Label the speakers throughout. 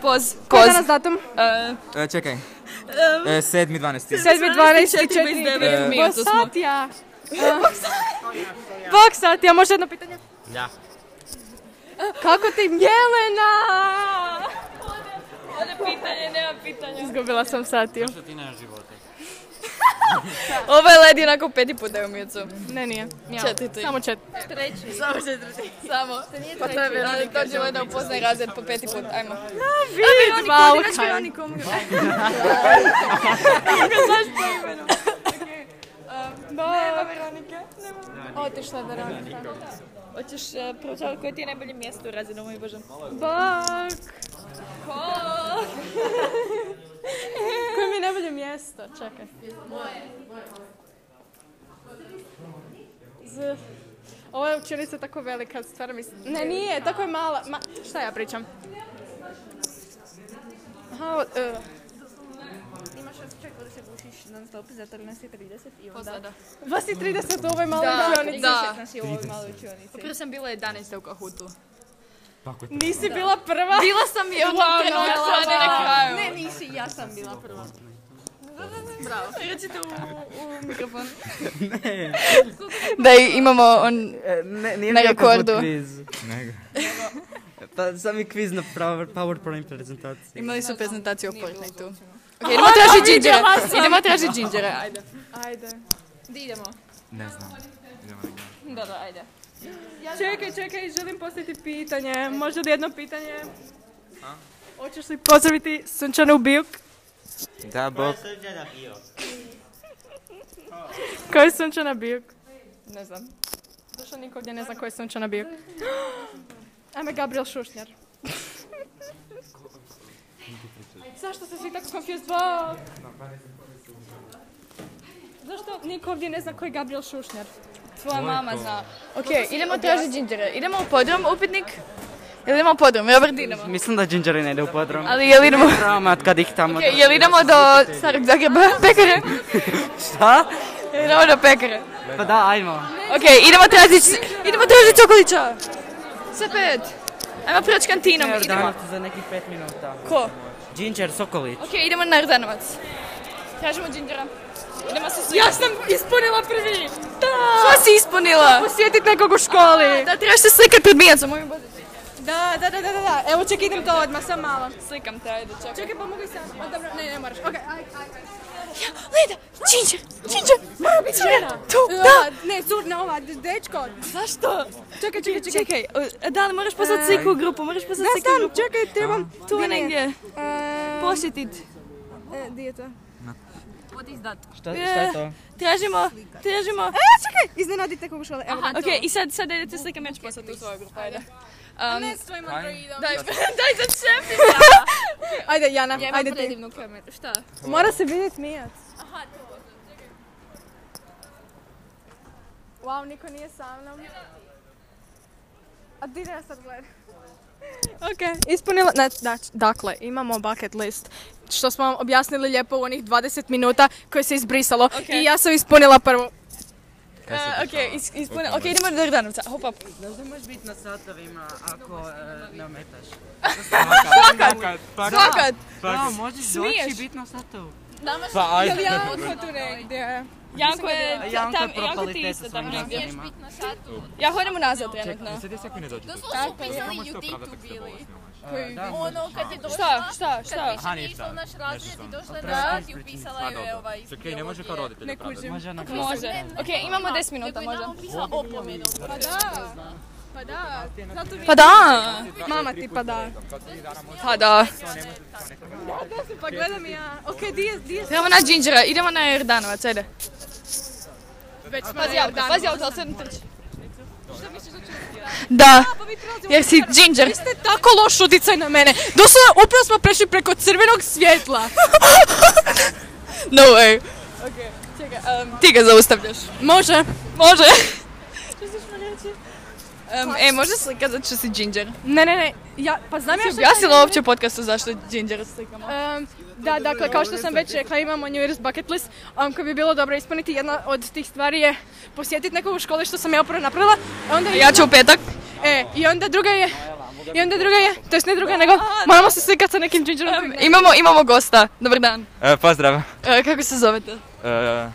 Speaker 1: Poz.
Speaker 2: Koji je
Speaker 1: Poz.
Speaker 2: danas datum?
Speaker 3: E, čekaj. E, 7.12.
Speaker 2: 7.12.4.
Speaker 1: 29.
Speaker 2: E, Bog
Speaker 1: minutu smo.
Speaker 2: satija. Bog satija, može jedno pitanje?
Speaker 4: Da.
Speaker 2: Kako ti Jelena?
Speaker 1: Ode pitanje, nema pitanja.
Speaker 2: Izgubila sam satiju.
Speaker 4: Što ti nemaš života?
Speaker 1: Ovo je led onako peti put daju micu.
Speaker 2: Ne, nije. Mjau.
Speaker 1: Četvrti.
Speaker 2: Samo četiri.
Speaker 1: Samo četvrti. Samo. Pa to je velika. Ali dođemo da upoznaj razred po peti put. Ajmo.
Speaker 2: Vid, Balkan.
Speaker 1: Otišla je Veronika. Hoćeš proučavati koje ti je najbolje mjesto u razredu, moj Bože?
Speaker 2: Bak. Koje mi je najbolje mjesto? Čekaj. Moje. Ovo je učenica tako velika stvar, mislim. Ne, nije, tako je mala. Ma, šta ja pričam? Aha, o- e,
Speaker 5: Imaš osjećaj kao da se gušiš non stop za 13.30 i onda...
Speaker 1: Pozada.
Speaker 2: vas je 30 u ovoj maloj
Speaker 1: Da,
Speaker 2: učionici.
Speaker 1: da.
Speaker 5: Nas je u ovoj maloj učionici.
Speaker 1: Prvo sam bila 11. u Kahutu.
Speaker 2: Nisi bila prva.
Speaker 1: Bila sam je u tom trenutku, sad je na kraju.
Speaker 5: Ne, nisi, ja sam bila prva.
Speaker 1: Bravo. Recite u, u mikrofon. ne. da imamo on...
Speaker 6: E, Ne, nije
Speaker 1: Na
Speaker 6: bio kakvog
Speaker 1: rekordu.
Speaker 6: kviz. Pa sami kviz na power- PowerPoint prezentaciji.
Speaker 1: Imali su prezentaciju o Fortniteu. Ok, idemo tražiti džinđere. Idemo tražiti džinđere, ajde.
Speaker 2: Ajde.
Speaker 1: Di idemo?
Speaker 3: Ne znam. Idemo negdje.
Speaker 1: Da, da, ajde.
Speaker 2: Čekaj, čekaj, želim postaviti pitanje. Možda li jedno pitanje? Hoćeš li pozdraviti Sunčanu Bijuk?
Speaker 3: Da,
Speaker 1: E,
Speaker 3: Bob.
Speaker 2: Ko je Sunčana Bijuk?
Speaker 1: Ne znam.
Speaker 2: Zašto niko ovdje ne zna ko je Sunčana Bijuk? Ajme Gabriel Šušnjar. Zašto ste svi tako confused? Wow. Zašto niko ovdje ne zna ko je Gabriel Šušnjar?
Speaker 1: Tvoja mama zna. Ok, idemo tražiti džinđere. Idemo u podrum, upitnik? Ili idemo u podrum? Robert, idemo.
Speaker 6: Mislim da Ginger ne ide u podrom.
Speaker 1: Ali jel idemo...
Speaker 6: Dramat kad ih tamo...
Speaker 1: Ok, jel idemo do starog Zagreba pekare?
Speaker 6: Šta?
Speaker 1: Jel idemo do pekare?
Speaker 6: Pa da, ajmo.
Speaker 1: Ok, idemo tražiti... Idemo tražiti okolića! Sve pet! Ajmo proći kantinom, idemo.
Speaker 6: Jordanovci za nekih 5 minuta.
Speaker 1: Ko?
Speaker 6: Ginger Sokolić.
Speaker 1: Ok, idemo na Rdanovac. Tražimo džinđera. Idemo sa Ja sam ispunila prvi! Da! Što si ispunila?
Speaker 2: Posjetit nekog u školi!
Speaker 1: Da, trebaš se slikat pred mijacom, mojim bože.
Speaker 2: Da, da, da, da, da, da. Evo čekaj idem to odmah, sam malo.
Speaker 1: Slikam te, ajde, čekaj.
Speaker 2: Čekaj, pa mogu i sam. O, dobro, ne, ne moraš. Okej, aj, aj, aj.
Speaker 1: Leda, džinđer, džinđer, mora biti
Speaker 2: Žena.
Speaker 1: Tu,
Speaker 2: Ova,
Speaker 1: da!
Speaker 2: Ne, curna ova, de- dečko.
Speaker 1: Zašto?
Speaker 2: Čekaj, čekaj, čekaj.
Speaker 1: Čekaj, o, da, ali moraš poslati sliku u grupu, moraš poslati
Speaker 2: Da,
Speaker 1: sliku u
Speaker 2: stan,
Speaker 1: grupu.
Speaker 2: čekaj, trebam tu
Speaker 1: Gdje
Speaker 2: negdje.
Speaker 1: negdje?
Speaker 2: E,
Speaker 1: Posjetit.
Speaker 2: e, Di je to?
Speaker 6: Šta, šta je to?
Speaker 1: Tražimo, tražimo.
Speaker 2: E, čekaj, iznenadite kogu škole. Evo,
Speaker 1: Ok, i sad, sad idete slike, ja ću poslati u svoju grupu, ajde. Um, ne s tvojim androidom. Daj, daj za šef.
Speaker 2: ajde Jana, ajde ti.
Speaker 1: predivnu kameru, šta?
Speaker 2: Mora se vidjet mijac. Wow, niko nije sa mnom. A di da ja sad gledam? Ok, ispunila, ne, dač- dakle, imamo bucket list, što smo vam objasnili lijepo u onih 20 minuta koje se izbrisalo i ja sam ispunila prvu.
Speaker 1: ok, is, ispune, ok, idemo do Jordanovca, hop, hop.
Speaker 6: Znaš da možeš biti na satovima ako eh, ne ometaš?
Speaker 1: Fakat!
Speaker 6: Da, možeš doći
Speaker 1: Smiješ.
Speaker 6: i biti na satovu.
Speaker 4: Pa ajde.
Speaker 2: tu negdje.
Speaker 1: Janko je,
Speaker 6: A
Speaker 1: Pa tam,
Speaker 6: Janko je
Speaker 1: Janko
Speaker 6: propali
Speaker 1: ti
Speaker 6: te
Speaker 1: isto
Speaker 6: sa
Speaker 1: tamo
Speaker 6: svojim
Speaker 1: negdje.
Speaker 6: razumima.
Speaker 1: Ja hodim nazad trenutno.
Speaker 7: Sad je sve ako ne dođe.
Speaker 8: Doslovno su upisali Juditu bili. Ono kad je došla,
Speaker 1: Šta, šta, šta?
Speaker 8: kad više nije išla u naš razred i došla je na sat i upisala ju je ovaj iz
Speaker 7: Čekaj, ne može kao
Speaker 8: biologije.
Speaker 7: roditelj opravdati.
Speaker 6: Može na
Speaker 1: Može. Ok, imamo 10
Speaker 8: Nego
Speaker 1: minuta
Speaker 8: je
Speaker 1: možda.
Speaker 8: nama upisala opomenu. Pa da.
Speaker 2: Pa da, zato
Speaker 1: Pa da!
Speaker 2: mama ti pa da.
Speaker 1: Pa da.
Speaker 2: Pa gledam i ja. Ok, di je, di je?
Speaker 1: Idemo na Džinđera, idemo na Jordanovac, ajde. Pazi auto, pazi auto, ali se ne trči. Da,
Speaker 2: pa
Speaker 1: jer si Džinđer.
Speaker 2: Ste tako loš utjecaj na mene. Doslovno upravo smo prešli preko crvenog svjetla.
Speaker 1: No way. Ti ga zaustavljaš. Može. Može. Em, e, može slika zato što si Ginger.
Speaker 2: Ne, ne, ne. Ja, pa znam ja
Speaker 1: Ti
Speaker 2: što...
Speaker 1: objasnila uopće u podcastu zašto Ginger slikamo?
Speaker 2: Em, da, dakle, kao što sam već rekla, imamo New Year's bucket list um, koji bi bilo dobro ispuniti. Jedna od tih stvari je posjetiti nekog u školi što sam ja upravo napravila. a Onda
Speaker 1: Ja ću u petak.
Speaker 2: E, i onda druga je I onda druga je, to jest ne druga nego moramo se slikat sa nekim gingerom.
Speaker 1: Imamo, imamo gosta. Dobar dan.
Speaker 3: E, pozdrav.
Speaker 1: E, kako se zovete?
Speaker 3: E,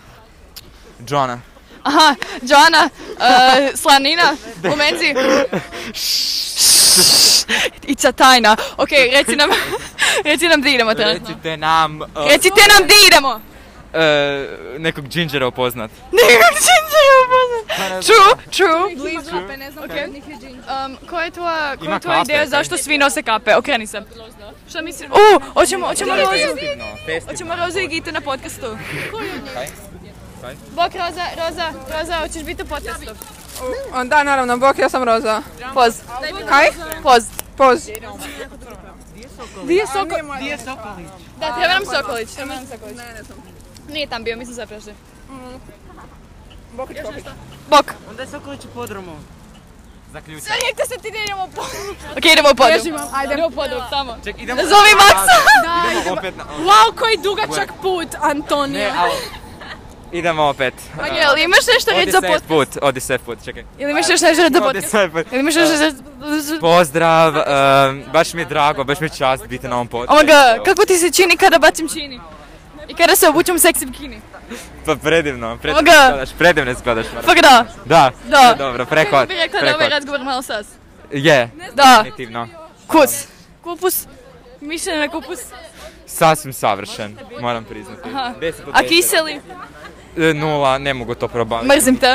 Speaker 3: Johna.
Speaker 1: Aha, Joana, e, slanina u menzi. Ica tajna. Ok, reci nam, reci nam di idemo trenutno.
Speaker 3: Recite nam... e,
Speaker 1: Recite nam di idemo.
Speaker 3: e, nekog gingera upoznat.
Speaker 1: Nekog džinđera upoznat. True, true.
Speaker 2: Blizu, pa ne znam okay. njih je ginger.
Speaker 1: Um, koja je tvoja, koja
Speaker 3: Ima
Speaker 1: je tvoja
Speaker 3: kape,
Speaker 1: ideja
Speaker 3: kaj?
Speaker 1: zašto svi nose kape? Okreni se. Šta mislim? U, hoćemo, hoćemo rozu. Hoćemo Rozu i Gitu na podcastu.
Speaker 3: Kaj?
Speaker 1: Bok Roza, Roza, Roza, hoćeš biti u podcastu?
Speaker 4: Da, naravno, bok, ja sam Roza.
Speaker 1: Poz.
Speaker 4: Kaj?
Speaker 1: Poz.
Speaker 4: Poz.
Speaker 1: Da, treba nam Sokolić. Treba nam Sokolić. Nije tam bio, mi smo sve prošli. Bok.
Speaker 6: Onda je Sokolić u podromu.
Speaker 3: Zaključaj.
Speaker 1: Rekte se ti da idemo u podrum. Ok, idemo u podrum. Ajde. Idemo u podrum, tamo.
Speaker 3: Ček, idemo...
Speaker 1: Zovi Maksa.
Speaker 3: Idemo opet na...
Speaker 2: Wow, koji dugačak put, Antonija.
Speaker 3: Ne, ali... Idemo opet.
Speaker 1: Jel imaš nešto reći Pa za
Speaker 3: Odi
Speaker 1: podcast?
Speaker 3: sve put, odi sve put, čekaj.
Speaker 1: Jel imaš još nešto reći za
Speaker 3: Odi
Speaker 1: podcast?
Speaker 3: sve put.
Speaker 1: Jel imaš još nešto za...
Speaker 3: Pozdrav, e, baš mi je drago, baš mi je čast biti na ovom podcastu.
Speaker 1: Oh my god, kako ti se čini kada bacim čini? I kada se obučem seksi bikini?
Speaker 3: Pa predivno, predivno
Speaker 1: Ovoga.
Speaker 3: izgledaš, predivno izgledaš. Mara.
Speaker 1: Fak da,
Speaker 3: Da,
Speaker 1: Da.
Speaker 3: dobro, preko,
Speaker 1: bi rekla da
Speaker 3: preko,
Speaker 1: ovaj razgovor malo sas.
Speaker 3: je,
Speaker 1: Da,
Speaker 3: definitivno,
Speaker 1: kus. Kupus. Mišljenje na kupus.
Speaker 3: sasvim savršen, moram priznati.
Speaker 1: Aha.
Speaker 3: 10 od
Speaker 1: A
Speaker 3: 10.
Speaker 1: kiseli?
Speaker 3: E, Nula, ne mogu to probaviti.
Speaker 1: Mrzim te.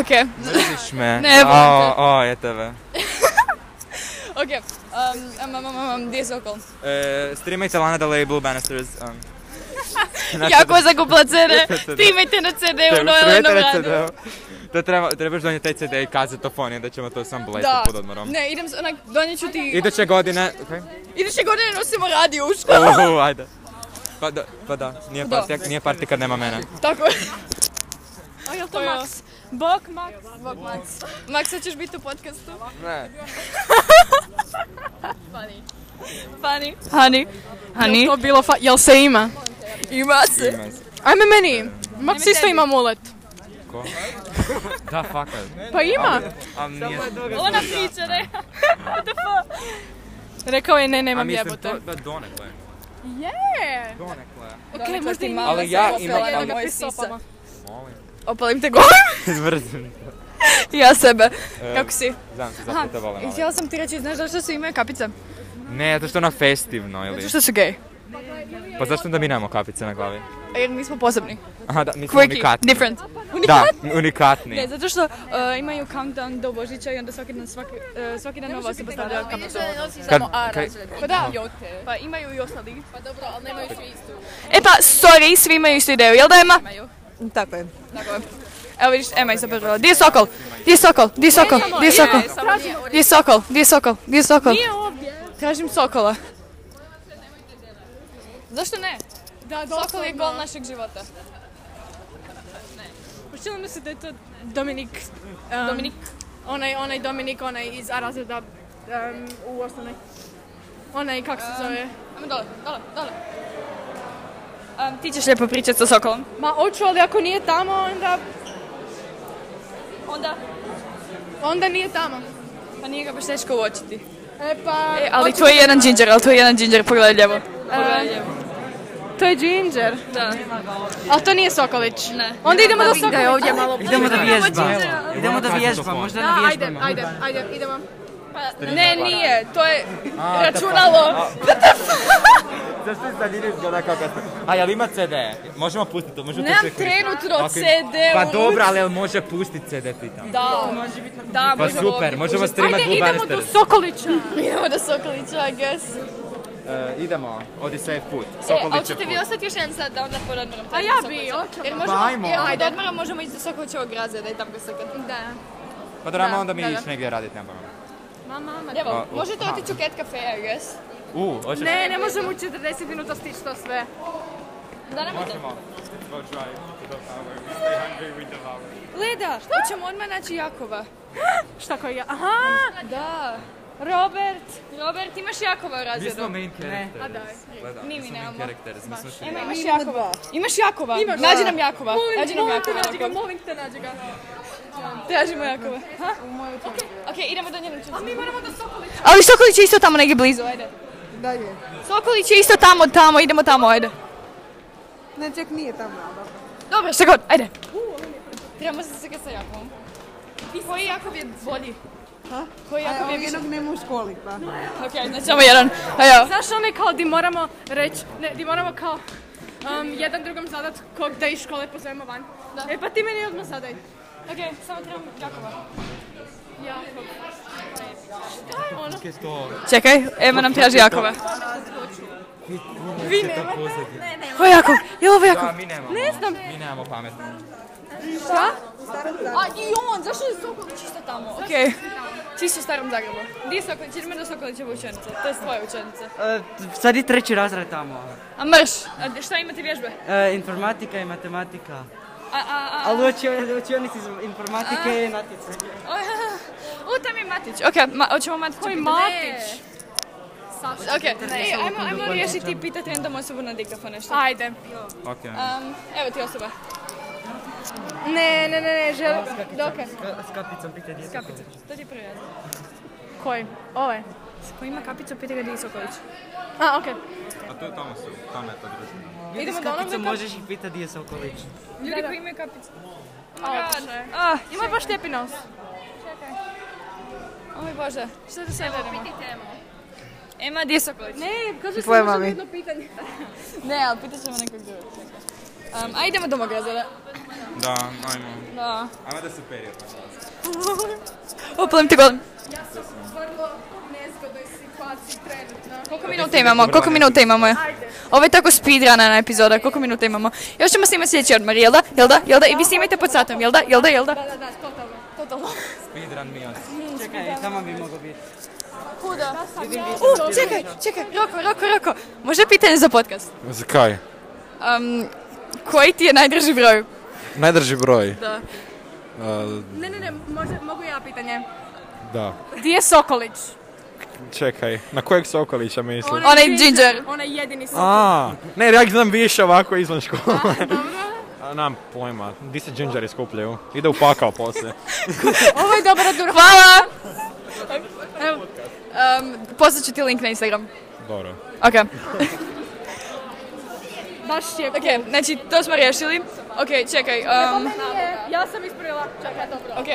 Speaker 1: Ok,
Speaker 3: Mrziš me.
Speaker 1: Ne, volim
Speaker 3: o,
Speaker 1: te.
Speaker 3: o, je tebe.
Speaker 1: ok. Um, um, um, um, um, gdje je Sokol?
Speaker 3: E, streamajte Lana da label Bannisters. Um.
Speaker 1: Jako zakupla CD,
Speaker 3: CD.
Speaker 1: snimajte na ono CD u
Speaker 3: Streamajte
Speaker 1: Nojlenom
Speaker 3: na
Speaker 1: radu.
Speaker 3: CD-u. To treba, trebaš donijeti taj CD i kazetofonije da ćemo to sam blesti
Speaker 1: Da,
Speaker 3: pod odmorom.
Speaker 1: ne, idem, s- onak, donijet ću ti,
Speaker 3: Iduće godine... Okay.
Speaker 1: iduće godine nosimo radio u školu.
Speaker 3: Uhu, ajde. Pa da, pa da, nije
Speaker 1: Da.
Speaker 3: partija, nije partija kad nema mene.
Speaker 1: Tako je. A jel to Max? Bok Max. Bok Max. Max, hoćeš biti u podcastu?
Speaker 3: Ne.
Speaker 1: Funny. Honey. Honey.
Speaker 2: To bilo fa... Jel se ima?
Speaker 1: Ima se.
Speaker 3: Ima se.
Speaker 2: Ajme meni, Max isto ima mulet.
Speaker 3: Ko? Da, fakat.
Speaker 2: Pa ima.
Speaker 3: A nije...
Speaker 1: Ona priča, ne?
Speaker 2: Rekao je ne,
Speaker 3: A
Speaker 2: nemam
Speaker 3: mislim
Speaker 2: jebote.
Speaker 3: to da donekle.
Speaker 2: Je!
Speaker 3: Donekle.
Speaker 2: Ok, možda ima.
Speaker 3: Ali ja imam... ali-
Speaker 1: moj
Speaker 2: pisopama.
Speaker 3: Molim.
Speaker 1: pa- Opalim te golem.
Speaker 3: Izvrzim.
Speaker 1: ja sebe.
Speaker 3: E,
Speaker 1: Kako si?
Speaker 3: Znam se, zapravo te volim.
Speaker 1: I
Speaker 3: ali-
Speaker 1: htjela sam ti reći, znaš zašto se imaju kapice?
Speaker 3: Ne, zato što je ono festivno ili...
Speaker 1: Zašto su gej?
Speaker 3: Pa zašto da mi nemamo kapice na glavi?
Speaker 1: Jer mi smo posebni.
Speaker 3: Aha, da, mi smo
Speaker 1: Quirky.
Speaker 3: unikatni.
Speaker 1: Different.
Speaker 3: Da, unikatni.
Speaker 1: Ne, zato što uh, imaju countdown do Božića i onda svaki dan, svaki, uh, svaki dan nova osoba stavlja countdown.
Speaker 3: Kad, kaj,
Speaker 1: Pa da, pa imaju i ostali. Pa dobro, ali nemaju svi istu. E pa, sorry, svi imaju istu ideju, jel da Ema?
Speaker 4: Tako je.
Speaker 1: Evo vidiš, Ema je zapravo. Di je Sokol? Di je Sokol? Di je Sokol? Di je Sokol? Di je Sokol? Di je Sokol? Di je Sokol? Nije ovdje. Tražim Sokola. Zašto ne? Da, Sokol je gol našeg života.
Speaker 2: Počelo mi se da je to Dominik. um,
Speaker 1: Dominik.
Speaker 2: Onaj, onaj Dominik, onaj iz A razreda um, u osnovnoj. Onaj, kako se zove?
Speaker 1: Ajmo dole, dole, dole. Um, ti ćeš lijepo pričati sa Sokolom.
Speaker 2: Ma oču, ali ako nije tamo, onda,
Speaker 1: Onda,
Speaker 2: onda nije tamo.
Speaker 1: pa nije ga baš teško uočiti.
Speaker 2: E pa...
Speaker 1: E, ali to je jedan ginger, ali to je jedan ginger, pogledaj lijevo. Pogledaj lijevo.
Speaker 2: To je Ginger.
Speaker 1: Da.
Speaker 2: Ali to nije Sokolić.
Speaker 1: Ne.
Speaker 2: Onda idemo do Sokolića.
Speaker 4: malo...
Speaker 6: Idemo da vježba. Idemo da
Speaker 3: Kazetofon.
Speaker 6: vježba, možda
Speaker 2: Da,
Speaker 6: na
Speaker 2: ajde,
Speaker 6: vježbama.
Speaker 2: ajde, ajde, idemo.
Speaker 1: Pa, Ne, nije, to je
Speaker 6: pa.
Speaker 1: računalo.
Speaker 3: Zašto sad ideš gleda kako ste? A jel ima CD? Možemo pustiti to, možemo
Speaker 1: Nemam
Speaker 3: to čekati.
Speaker 1: trenutno
Speaker 3: Ok.
Speaker 1: CD
Speaker 3: Pa
Speaker 1: u
Speaker 3: dobro, ali jel može pustiti CD, pitam.
Speaker 1: Da, da,
Speaker 3: Pa
Speaker 1: možemo
Speaker 3: super, možemo streamat
Speaker 2: Ajde,
Speaker 3: Blue
Speaker 2: idemo do
Speaker 3: Bannisters.
Speaker 2: Sokolića.
Speaker 1: Idemo do Sokolića, I guess.
Speaker 3: E, Idemo, odi safe put.
Speaker 1: E, a
Speaker 3: Sokoliće
Speaker 1: hoćete vi
Speaker 3: put.
Speaker 1: ostati E, još jedan sat da onda pododmoram?
Speaker 2: A Pa ja bi, hoćemo.
Speaker 1: Jer možemo,
Speaker 3: Pa ajmo.
Speaker 1: jer pod odmorom možemo ići do Sokolićevog graza, da je tam ga sakat. Da.
Speaker 3: Pa dobro,
Speaker 1: Da,
Speaker 3: onda mi
Speaker 1: da, da.
Speaker 3: iš negdje radit, nema problem.
Speaker 1: Evo,
Speaker 3: A, u-
Speaker 1: možete
Speaker 3: aha.
Speaker 1: otići u Cat Cafe, I guess.
Speaker 3: U, hoćeš?
Speaker 2: Ne, ne možemo u 40 minuta stići to sve.
Speaker 1: Da ne možete?
Speaker 3: Go try to the power. We stay hungry, we devour.
Speaker 1: Leda, hoćemo odmah naći Jakova.
Speaker 2: Šta koji ja? Aha!
Speaker 1: Da. Robert. Robert, imaš Jakova u
Speaker 3: Mi smo
Speaker 1: razredu.
Speaker 3: main characters. A daj.
Speaker 1: Ni mi nemamo.
Speaker 3: Characters, mi smo svi.
Speaker 1: Ema, imaš Jakova. Imaš Jakova. Nađi nam Jakova. Nađi nam Jakova. Jakov.
Speaker 2: molim te, nađi ga.
Speaker 1: Tražimo Jakova. Ha? Ok, idemo do njenog četvrta. A mi moramo do Sokolića. Ali Sokolić je isto tamo negdje blizu, ajde.
Speaker 4: Dalje.
Speaker 1: Sokolić je isto tamo, tamo, idemo tamo, ajde.
Speaker 4: Ne, čak nije tamo, ali dobro.
Speaker 1: Dobro, šta god, ajde. Trebamo se slika sa Jakovom. Koji Jakov je bolji? Koji
Speaker 4: A
Speaker 1: Jakov je
Speaker 4: ovog
Speaker 1: više?
Speaker 4: jednog nema u školi, pa.
Speaker 1: Ok, znači samo jedan. Evo.
Speaker 2: Znaš onaj kao di moramo reći, ne, di moramo kao um, jedan drugom zadat kog da iz škole pozovemo van. E pa ti meni odmah zadaj.
Speaker 1: Ok, samo trebam Jakova.
Speaker 2: Jakov.
Speaker 1: Čekaj, Ema nam traži Jakova. Ovo je Jakov, je ovo Jakov?
Speaker 3: Da, mi nemamo. Ne znam. Mi nemamo pametno.
Speaker 1: A i on, zašto je Sokolić isto tamo? Ok. Ti su u Starom Zagrebu. Di je Sokolić? Idemo do Sokolićeva učenica. To je tvoja učenica.
Speaker 6: E, sad je treći razred tamo.
Speaker 1: A mrš, a šta imate vježbe?
Speaker 6: E, informatika i matematika.
Speaker 1: A, a, a,
Speaker 6: Ali u učionici- učionici iz informatike je natjecanje.
Speaker 1: u, tam je Matić. Ok, ma, hoćemo Matić. Koji Matić? Ok, Ej, ajmo, ajmo riješiti i pitati random osobu na diktafon nešto. Ajde.
Speaker 3: Ok.
Speaker 1: Um, evo ti osoba.
Speaker 2: Ne, ne, ne, ne, želim. Dokaj.
Speaker 6: S kapicom pite djeca.
Speaker 1: To ti je prvi red.
Speaker 2: Koji? Ovaj.
Speaker 1: Ko ima kapicu, pita ga di je Sokolić.
Speaker 2: A, okej.
Speaker 3: A to je tamo su, tamo je to družina.
Speaker 6: Ljudi s kapicom možeš ih pitati gdje je Sokolić.
Speaker 1: Ljudi koji imaju kapicu.
Speaker 2: A,
Speaker 1: God.
Speaker 2: otišao je.
Speaker 1: Ah,
Speaker 2: Ima baš lijepi nos.
Speaker 1: o moj Bože, šta da sad radimo? Ema, di je Sokolić?
Speaker 2: Ne, kaže
Speaker 4: Tvoje mami.
Speaker 2: pitanje.
Speaker 1: Ne, ali pitat ćemo nekog drugog. Um, a idemo do magazina.
Speaker 3: Da, ajmo.
Speaker 1: Da.
Speaker 3: Ajmo da se perije.
Speaker 1: Opalim ti golem.
Speaker 2: Vrlo nezgodnoj situaciji trenutno.
Speaker 1: Koliko minuta imamo? Koliko minuta imamo? Ovo je tako speedrunner na epizoda. Koliko minuta imamo? Još ćemo snimati sljedeći odmor, jel da? Jel da? Jel da? I vi snimajte pod satom, jel da? Jel da? Jel da?
Speaker 2: Da, da, totalno. Totalno.
Speaker 3: Speedrun mi od.
Speaker 6: Čekaj, tamo bi mogao biti.
Speaker 1: U, čekaj, čekaj, Roko, Roko, Roko. Može pitanje za podcast?
Speaker 7: Zakaj?
Speaker 1: Um, koji ti je najdraži broj?
Speaker 7: Najdrži broj.
Speaker 1: Da.
Speaker 7: Uh,
Speaker 2: Ne, ne, ne, može, mogu ja pitanje.
Speaker 7: da.
Speaker 2: Di je Sokolić?
Speaker 7: Čekaj, na kojeg Sokolića misliš?
Speaker 1: Onaj ginger.
Speaker 2: Onaj jedini Sokolić.
Speaker 7: A, ne, ja ih znam više ovako izvan škole. A, Nemam pojma, di se džinđari skupljaju? Ide u pakao poslije.
Speaker 2: Ovo je dobar odgovor.
Speaker 1: Hvala! Evo, um, poslat ću ti link na Instagram.
Speaker 7: Dobro.
Speaker 1: Ok,
Speaker 2: Baš je.
Speaker 1: ok, znači to smo riješili. Ok, čekaj, um,
Speaker 2: Ja sam ispravila. Čekaj, dobro.
Speaker 1: ok,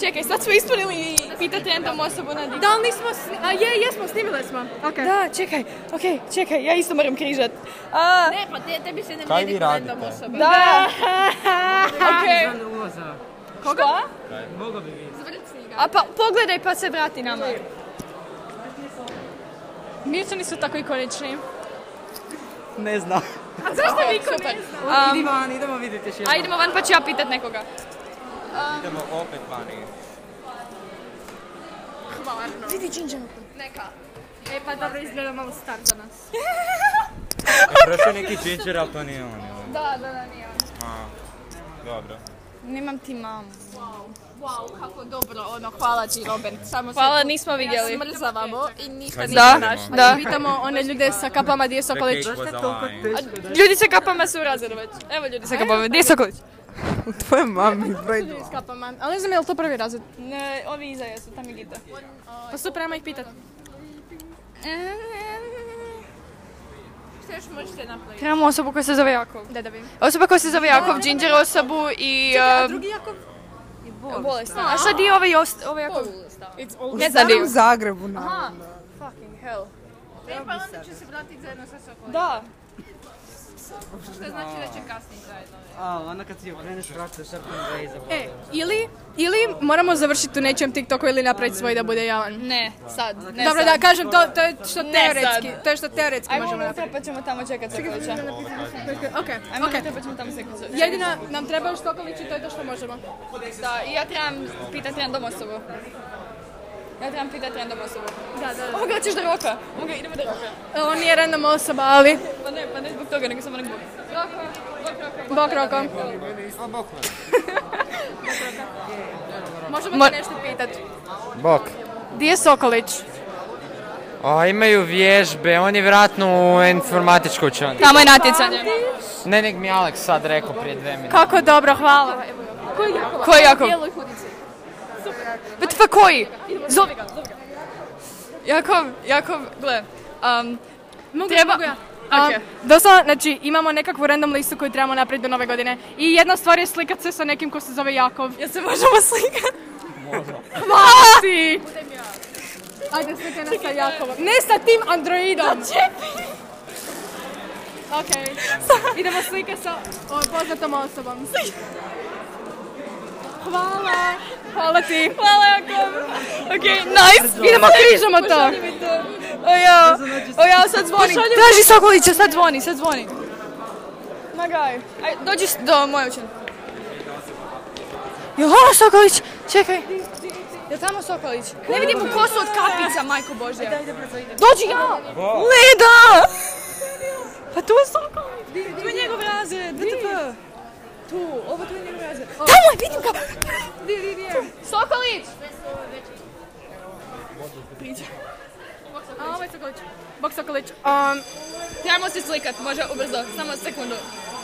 Speaker 1: čekaj, sad smo ispunili i pitati random osobu na dik.
Speaker 2: Da li nismo sni... A je, jesmo, snimile smo. Ok.
Speaker 1: Da, čekaj, ok, čekaj, ja isto moram križat. A,
Speaker 8: Ne, pa te, tebi se ne
Speaker 3: Kaj
Speaker 8: vidi
Speaker 3: vi
Speaker 8: random
Speaker 3: radite?
Speaker 8: osoba.
Speaker 1: da, ok,
Speaker 6: Izvan uvoza.
Speaker 1: koga?
Speaker 6: Mogao bi biti.
Speaker 1: A pa pogledaj pa se vrati nama. Mirčani su tako ikonični.
Speaker 6: Ne znam.
Speaker 1: A zašto niko ne zna?
Speaker 6: Idi van, idemo vidjeti još jednom.
Speaker 1: A idemo van pa ću ja pitat nekoga.
Speaker 3: Idemo opet vani.
Speaker 2: E, pa dobro, izgleda malo star za nas.
Speaker 3: Prošao je neki ginger, ali to nije on. Da, da, da, nije on. A, dobro.
Speaker 1: Nemam ti mamu.
Speaker 8: Wow, kako dobro, ono, hvala ti Robert, samo se
Speaker 1: Hvala, nismo vidjeli.
Speaker 8: smrzavamo i ništa
Speaker 3: Kaj
Speaker 8: nije
Speaker 1: Da,
Speaker 3: Idemo.
Speaker 1: da.
Speaker 2: Pitamo one ljude sa kapama gdje je Sokolić.
Speaker 3: Čekaj,
Speaker 6: Zašto je
Speaker 3: za
Speaker 6: toliko
Speaker 3: line.
Speaker 6: teško?
Speaker 1: Ljudi sa kapama su u razredu već. Evo ljudi sa kapama. Gdje je Sokolić?
Speaker 4: U tvoje mami, broj dva.
Speaker 2: s kapama. Ali ne znam je li to prvi razred.
Speaker 1: Ne, ovi iza jesu, tam je Gita.
Speaker 2: Pa super, ajmo ih pitat.
Speaker 8: Što još možete napraviti?
Speaker 1: Trebamo osobu koja se zove Jakov.
Speaker 2: Da, da vidim.
Speaker 1: Osoba koja se zove Jakov, Ginger osobu i... Čekaj, drugi Jakov? Bolestan. A šta di je ovaj, os- ovaj Jakov? Ne znam di
Speaker 4: U Zagrebu, na.
Speaker 1: Fucking hell.
Speaker 8: E, pa onda će se vratiti zajedno sa Sokolom,
Speaker 1: Da.
Speaker 8: što znači da će kasnije zajedno.
Speaker 6: A, onda kad si okreneš vrata, sad ti ne izabrali.
Speaker 2: E, ili, ili moramo završiti u nečem TikToku ili napraviti svoj da bude javan.
Speaker 1: Ne, sad. Ne
Speaker 2: Dobro,
Speaker 1: sad.
Speaker 2: da, kažem, to, to je što
Speaker 1: Ne
Speaker 2: teoretski,
Speaker 1: sad.
Speaker 2: to je što teoretski
Speaker 1: Ajmo
Speaker 2: možemo napraviti.
Speaker 1: unutra pa ćemo tamo čekat Sokolića. Ajmo
Speaker 2: Ok, ok.
Speaker 1: unutra pa ćemo tamo Sokolića.
Speaker 2: Jedina nam treba još Sokolić i to je to što možemo.
Speaker 1: Da, i ja trebam pitat random osobu. Ja trebam pitat random osobu.
Speaker 2: Da, da, da.
Speaker 1: Ovoga hoćeš do roka. Ovoga idemo do roka.
Speaker 2: On nije random osoba, ali
Speaker 1: Pa ne, pa ne zbog toga, nego samo nek bok. Roko, bok, roko.
Speaker 2: bok rokom. Možemo
Speaker 1: Mo-
Speaker 2: te nešto pitati.
Speaker 9: Bok.
Speaker 2: Di je Sokolić?
Speaker 9: A, imaju vježbe, on je vjerojatno u informatičku učionicu.
Speaker 1: Tamo je natjecanje.
Speaker 9: Ne, nek mi je Alex sad rekao prije dve minute.
Speaker 2: Kako dobro, hvala.
Speaker 1: Koji Jakov?
Speaker 2: Bijeloj hudici.
Speaker 1: But pa koji? Zovi ga, zovi ga. Jakov, Jakov, gle. Um,
Speaker 2: Mogu,
Speaker 1: Treba-
Speaker 2: mogu ja?
Speaker 1: Okej.
Speaker 2: Um, doslovno, znači, imamo nekakvu random listu koju trebamo napraviti do nove godine. I jedna stvar je slikat se sa nekim ko se zove Jakov. Ja se možemo slikat? Možemo. Hvala ti! Ajde, slikaj nas sa Jakovom. Ne sa tim androidom! Okej. Idemo slike sa o, poznatom osobom. Hvala. Hvala ti. Hvala Jakov. Okej, nice. Idemo križamo
Speaker 1: Pa
Speaker 2: to. O ja, o ja, sad zvoni.
Speaker 1: Traži Sokolića, sad zvoni, sad zvoni. Magaj. Aj, dođi s- do moje učenje. Jo, Sokolić, čekaj. Je tamo Sokolić? Ne vidimo kosu od kapica, majko Bože. Dođi ja! Leda! Pa tu je Sokolić. Tu je njegov razred, DTP. Tu, ovo tu je njegov razred. Tamo je, vidim ga! Di, di, di. Sokolić!
Speaker 2: A, ovaj Sokolić. Bok Sokolić. Um,
Speaker 8: Trebamo se slikat, može ubrzo, samo sekundu.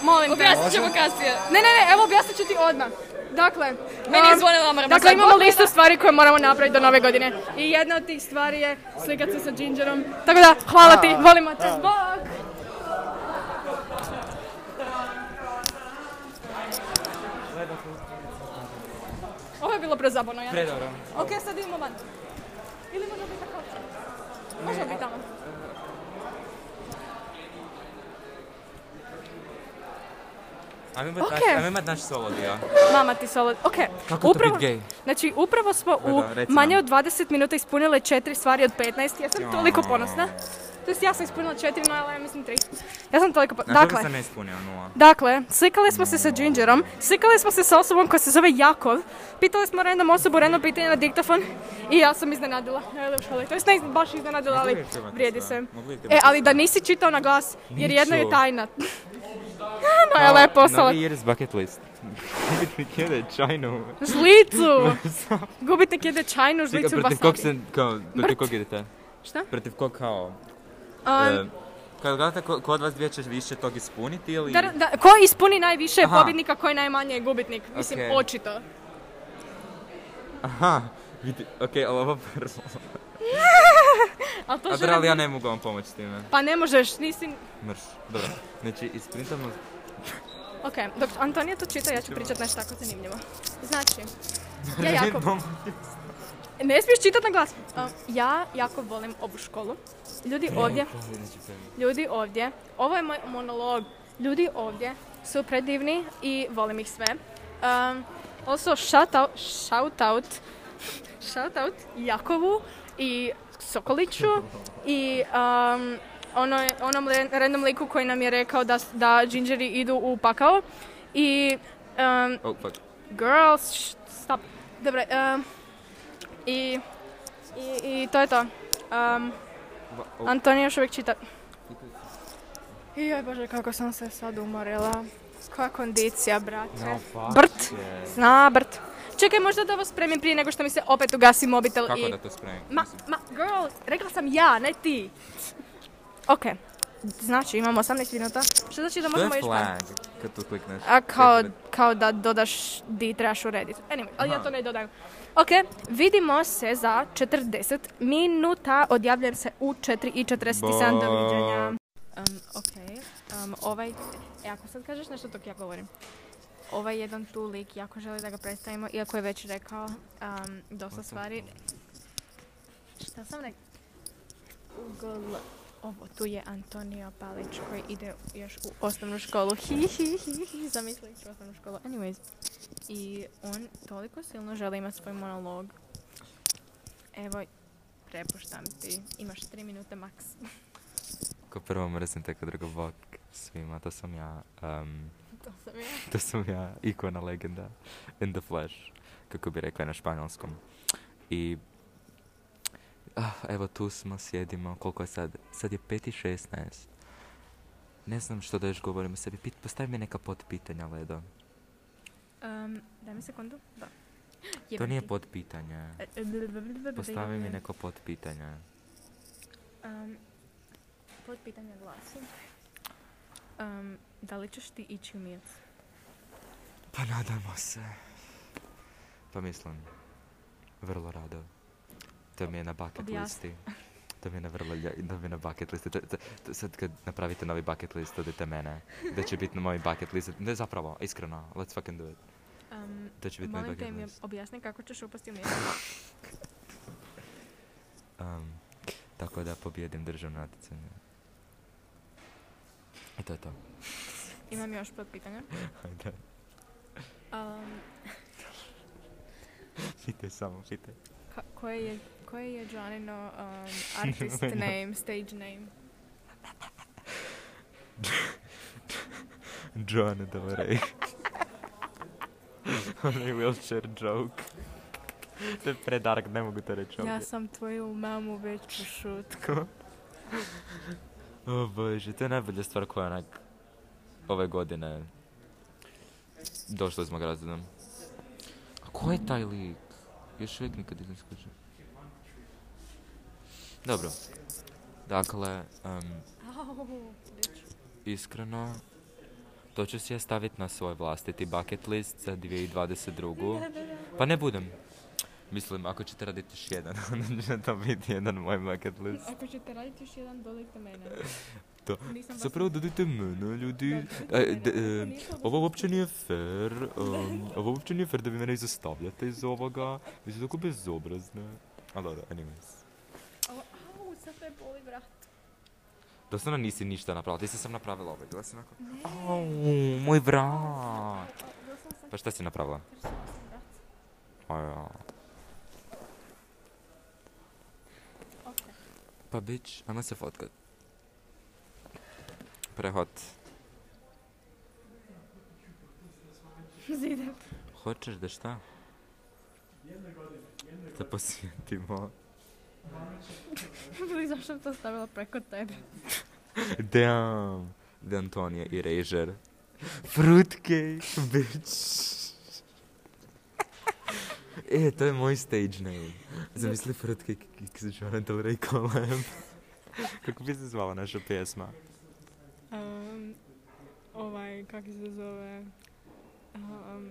Speaker 2: molim te.
Speaker 8: Objasnit ćemo kasnije.
Speaker 2: Ne, ne, ne, evo objasnit ću ti odmah. Dakle,
Speaker 8: Meni je
Speaker 2: um,
Speaker 8: zvonila mama.
Speaker 2: Dakle, imamo listu stvari koje moramo napraviti do nove godine. I jedna od tih stvari je slikat se sa Gingerom. Tako da, hvala ti, volimo te, zbog! Ovo je bilo prezabavno, ja?
Speaker 3: Predobro.
Speaker 2: Ok, sad idemo van. Ili možemo biti tako? Možemo biti tamo.
Speaker 3: Ajmo imat naš-
Speaker 2: Okej.
Speaker 3: ajmo imat naš solo dio.
Speaker 2: Mama ti solo... Ok,
Speaker 3: Kako to
Speaker 2: upravo...
Speaker 3: bit gay?
Speaker 2: Znači, upravo smo u
Speaker 3: Da, reci
Speaker 2: manje od
Speaker 3: nam.
Speaker 2: 20 minuta ispunile četiri stvari od 15. Ja sam toliko
Speaker 3: Jao.
Speaker 2: ponosna. To jest, ja sam ispunila četiri, Majla ja mislim tri. Ja sam toliko ponosna.
Speaker 3: Na toga
Speaker 2: Dakle,
Speaker 3: sam ne ispunio nula.
Speaker 2: Dakle, slikali smo se sa Gingerom, slikali smo se sa osobom koja se zove Jakov, pitali smo random osobu, random pitanje na diktafon i ja sam iznenadila. Najbolje u školi. To jest ne baš iznenadila,
Speaker 3: Mogli
Speaker 2: ali
Speaker 3: bi pjevati
Speaker 2: vrijedi
Speaker 3: sve?
Speaker 2: se.
Speaker 3: Mogli bi pjevati
Speaker 2: E, ali da nisi čitao na glas, jer jedno je
Speaker 3: Nisu.
Speaker 2: tajna. Majla
Speaker 3: Pa,
Speaker 2: je poslala
Speaker 3: Novi Year's bucket list. Gubitnik jede čajnu.
Speaker 2: žlicu. Gubitnik jede čajnu
Speaker 3: Čekaj,
Speaker 2: žlicu
Speaker 3: protiv kog
Speaker 2: wasabi.
Speaker 3: se, kao, protiv kog idete?
Speaker 2: Šta?
Speaker 3: Protiv kog kao,
Speaker 2: Um,
Speaker 3: e, kad gledate ko, ko od vas dvije će više tog ispuniti ili...
Speaker 2: da, da, ko ispuni najviše je
Speaker 3: Aha.
Speaker 2: pobjednik, a ko je najmanje je gubitnik? Mislim,
Speaker 3: Okej.
Speaker 2: očito.
Speaker 3: Aha, vidi, okej, ali ovo prvo.
Speaker 2: Ali to
Speaker 3: A
Speaker 2: želim-
Speaker 3: dobro, ali ja ne mogu vam pomoći s time.
Speaker 2: Pa ne možeš, nisi...
Speaker 3: Mrš, dobro. Znači, isprintamo...
Speaker 2: Ok, dok Antonija to čita, ja ću pričat nešto tako zanimljivo. Znači, ja jako... Ne smiješ čitat na glas. Um, ja jako volim ovu školu. Ljudi ovdje, ljudi ovdje, ovo je moj monolog. Ljudi ovdje su predivni i volim ih sve. Um, also, shout out, shout out, shout out Jakovu i Sokoliću i um, ono, onom le- random liku koji nam je rekao da, s- da džinđeri idu u pakao. I um,
Speaker 3: Oh, fuck.
Speaker 2: Girls, sh- stop. Dobro, em, i, i, i to je to. Um,
Speaker 3: Va- oh,
Speaker 2: Antonija još uvijek čita. I joj bože, kako sam se sad umorila. Koja kondicija, brate. Brt, zna brt. Čekaj, možda da ovo spremim prije nego što mi se opet ugasi mobitel i...
Speaker 3: Kako da to spremim?
Speaker 2: Ma, ma, girl, rekla sam ja, ne ti. Ok, znači imamo 18 minuta. Što znači da
Speaker 3: To je
Speaker 2: možemo još... par-
Speaker 3: flag, kad tu klikneš.
Speaker 2: a kao,
Speaker 3: Kako da-
Speaker 2: kao da dodaš di trebaš urediti. Anyway, ali ja
Speaker 3: Aha.
Speaker 2: to ne dodajem. Ok, vidimo se za 40 minuta. Odjavljujem se u 4 i 47. Doviđenja.
Speaker 3: Bog.
Speaker 2: Um, ok, um, ovaj... E, ako sad kažeš nešto dok ja govorim. Ovaj jedan tu lik jako želi da ga predstavimo, iako je već rekao um, dosta stvari. Šta sam rekao? Ugl... Ovo tu je Antonio Palić koji ide još u osnovnu školu. Hi, hi, hi, hi, zamisli ići u osnovnu školu. Anyways, i on toliko silno želi imati svoj monolog. Evo, prepuštam ti. Imaš tri minute maks.
Speaker 3: Ko prvo mrzim te, ko drugo bok svima, to sam ja. em, to sam ja, ikona legenda, in the flash, kako bi rekla na španjolskom. I ah, evo tu smo, sjedimo, koliko je sad? Sad je 5.16. Ne znam što da još govorim o sebi, Pit, postavi mi neka potpitanja, Ledo.
Speaker 2: Um, daj mi sekundu. Da.
Speaker 3: To
Speaker 2: Jebem
Speaker 3: nije
Speaker 2: ti.
Speaker 3: potpitanje,
Speaker 2: E, e, bl- bl- bl- bl-
Speaker 3: postavi mi
Speaker 2: jebem.
Speaker 3: neko potpitanje.
Speaker 2: Um, pod pitanje glasi. Um, da li ćeš ti ići u mijac?
Speaker 3: Pa nadamo se. Pa mislim. Vrlo rado. To mi je na bucket
Speaker 2: Objasni.
Speaker 3: listi. To mi je na vrlo lja- to mi je na bucket listi. To, to- to- sad kad napravite novi bucket list, odite mene. Da će biti na moj bucket list. Ne, zapravo, iskreno. Let's fucking do it.
Speaker 2: Um,
Speaker 3: To će biti moj
Speaker 2: molim te
Speaker 3: bucket
Speaker 2: mi
Speaker 3: list.
Speaker 2: objasni kako ćeš upasti u mir.
Speaker 3: Um, tako da pobjedim državno natjecanje. I to je to.
Speaker 2: Imam još pod pitanja.
Speaker 3: Hajde,
Speaker 2: Um,
Speaker 3: pitaj samo, pitaj.
Speaker 2: ka- koje je, koje je Johnino um, artist name, stage name?
Speaker 3: Joanne Del Rey. Onaj wheelchair joke. To je predark, ne mogu to reći ovdje.
Speaker 2: Ja sam tvoju mamu već pošut.
Speaker 3: Ko? O bože, to je najbolja stvar koja je onak ove godine došli smo razredom. A ko je taj lik? Još uvijek nikad nisam skužio. Dobro. Dakle, em, iskreno, to ću si ja staviti na svoj vlastiti bucket list za 2022. Pa ne budem. Mislim, ako ćete raditi još jedan, onda će to biti jedan moj bucket list.
Speaker 2: Ako ćete raditi još jedan, dodajte mene.
Speaker 3: To.
Speaker 2: Nisam vas
Speaker 3: Zapravo dodajte mene, ljudi.
Speaker 2: Da,
Speaker 3: E,
Speaker 2: dodajte
Speaker 3: de,
Speaker 2: mene,
Speaker 3: e,
Speaker 2: to nije
Speaker 3: ovo uopće nije fair. em, ovo uopće nije fair da vi mene izostavljate iz ovoga. Vi ste tako bezobrazne. Ali dobro, да, anyways.
Speaker 5: Au, sad me boli, brat.
Speaker 3: Doslovno nisi ništa napravila, ti si sam napravila ovaj. Bila si onako... Au, moj vrat. Pa šta si napravila? Aja. Pa bitch, ajmo se fotkat. Prehot.
Speaker 5: Zidem.
Speaker 3: Hoćeš da šta? Da posjetimo.
Speaker 2: Zašto sam to stavila preko tebe?
Speaker 3: Damn. De Antonija i Razer. Fruitcake, bitch. E, to je moj stage name. Zamisli Fruitcake Kick za Joan Del Rey collab. Kako bi se zvala naša pjesma?
Speaker 2: Um, ovaj, kako se zove? Um,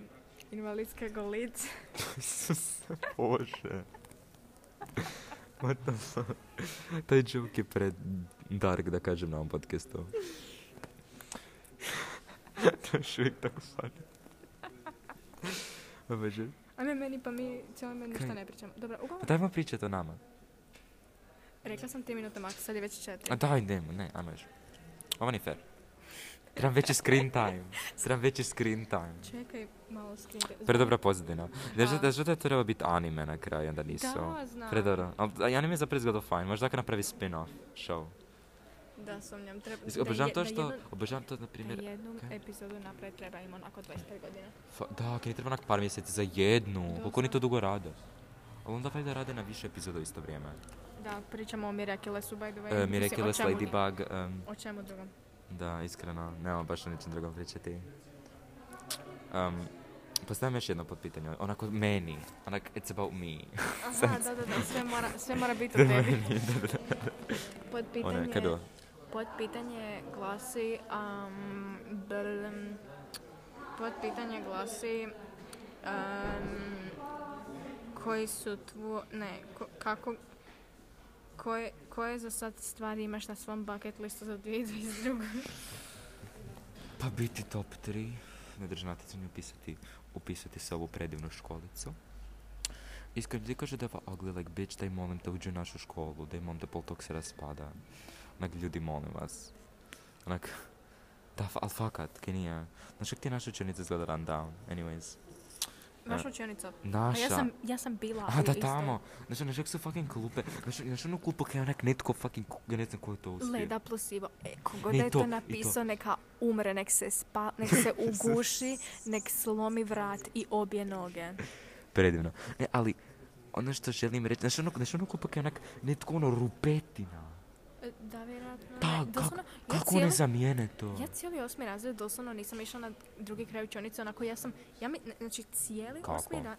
Speaker 2: invalidska golica.
Speaker 3: Isuse Bože. What the fuck? Taj joke je pred dark, da kažem, na ovom podcastu. to je još uvijek tako funny. O Bože.
Speaker 2: A ne meni, pa mi cijelo meni ništa
Speaker 3: Kaj?
Speaker 2: ne pričamo. Dobro,
Speaker 3: Pa
Speaker 2: uglavnom,
Speaker 3: dajmo pričati o nama.
Speaker 2: rekla sam ti minuta maks, sad je već četiri.
Speaker 3: A daj, idemo, ne, ajmo još. Ovo nije fair. Trebam veći screen time. Trebam veći screen time.
Speaker 2: Čekaj, malo skinte.
Speaker 3: Predobra pozadina. Znaš da-
Speaker 2: A.
Speaker 3: Znaš da je trebalo biti anime na kraju, onda nisu.
Speaker 2: Da, znam.
Speaker 3: Predobro. Ali anime je zapravo izgledao fajn. Možda ako napravi spin-off show.
Speaker 2: Da, sumnjam. Treba,
Speaker 3: Mislim,
Speaker 2: da
Speaker 3: Obožavam
Speaker 2: je-
Speaker 3: to
Speaker 2: da
Speaker 3: što,
Speaker 2: jednom-
Speaker 3: obožavam to, na
Speaker 2: da
Speaker 3: primjer,
Speaker 2: jednom
Speaker 3: kaj?
Speaker 2: epizodu napraviti treba im onako 25 godina.
Speaker 3: fa- da, ok, treba onak par mjeseci za jednu, koliko oni to dugo rade. Ali onda valjda rade na više epizoda u isto vrijeme.
Speaker 2: Da, pričamo o Miraculousu, by the way.
Speaker 3: Uh,
Speaker 2: Pa Mislim, o
Speaker 3: Miraculous
Speaker 2: čemu drugom?
Speaker 3: Ladybug, em,
Speaker 2: O čemu drugom?
Speaker 3: da, iskreno, nemamo baš o ničem drugom pričati. Um, postavim još jedno potpitanje, onako meni, onak, it's about me.
Speaker 2: Aha, da, da, da, sve mora, sve mora biti
Speaker 3: Da,
Speaker 2: o tebi.
Speaker 3: meni, da, da, da.
Speaker 2: Pod
Speaker 3: Ono je,
Speaker 2: pitanje,
Speaker 3: kaj bilo?
Speaker 2: pod pitanje glasi, um, brlm, pod pitanje glasi, um, koji su tvo, ne, ko- kako, koje, koje za sad stvari imaš na svom bucket listu za 2022.
Speaker 3: Pa biti top 3 na državnom natjecanju upisati, upisati se u ovu predivnu školicu. Iskreno ljudi kažu da je ovo ugly like bitch, daj molim te uđi u našu školu, daj molim te pol tog se raspada. Onak ljudi molim vas. Onak, da, fa- ali fakat, kaj nije. Znaš kak ti je naša učenica izgleda run down, anyways.
Speaker 2: Vaša učionica. A
Speaker 3: Naša.
Speaker 2: ja sam, ja sam bila
Speaker 3: A
Speaker 2: u
Speaker 3: da
Speaker 2: istoj.
Speaker 3: tamo, znaš, znaš kak su fucking klupe, znaš, znaš onu klupu kaj je onak netko fucking, ku- ja ne znam ko je to uspio.
Speaker 2: Leda plus Ivo. E, kogo
Speaker 3: Ne,
Speaker 2: da je
Speaker 3: i to,
Speaker 2: to
Speaker 3: i to.
Speaker 2: napisao, neka umre, nek se, spa, nek se uguši, nek slomi vrat i obje noge.
Speaker 3: predivno. Ne, ali ono što želim reći, znaš ono, znaš ono kupak je onak netko ono rupetina.
Speaker 2: Da, vjerojatno.
Speaker 3: Da,
Speaker 2: ne.
Speaker 3: kako,
Speaker 2: Doslovno, ja
Speaker 3: Pa, kako ne
Speaker 2: cijeli-
Speaker 3: zamijene to?
Speaker 2: Ja cijeli osmi razred doslovno nisam išla na drugi kraj učionice, onako ja sam, ja mi, ne- znači cijeli
Speaker 3: Kako?
Speaker 2: osmi razred,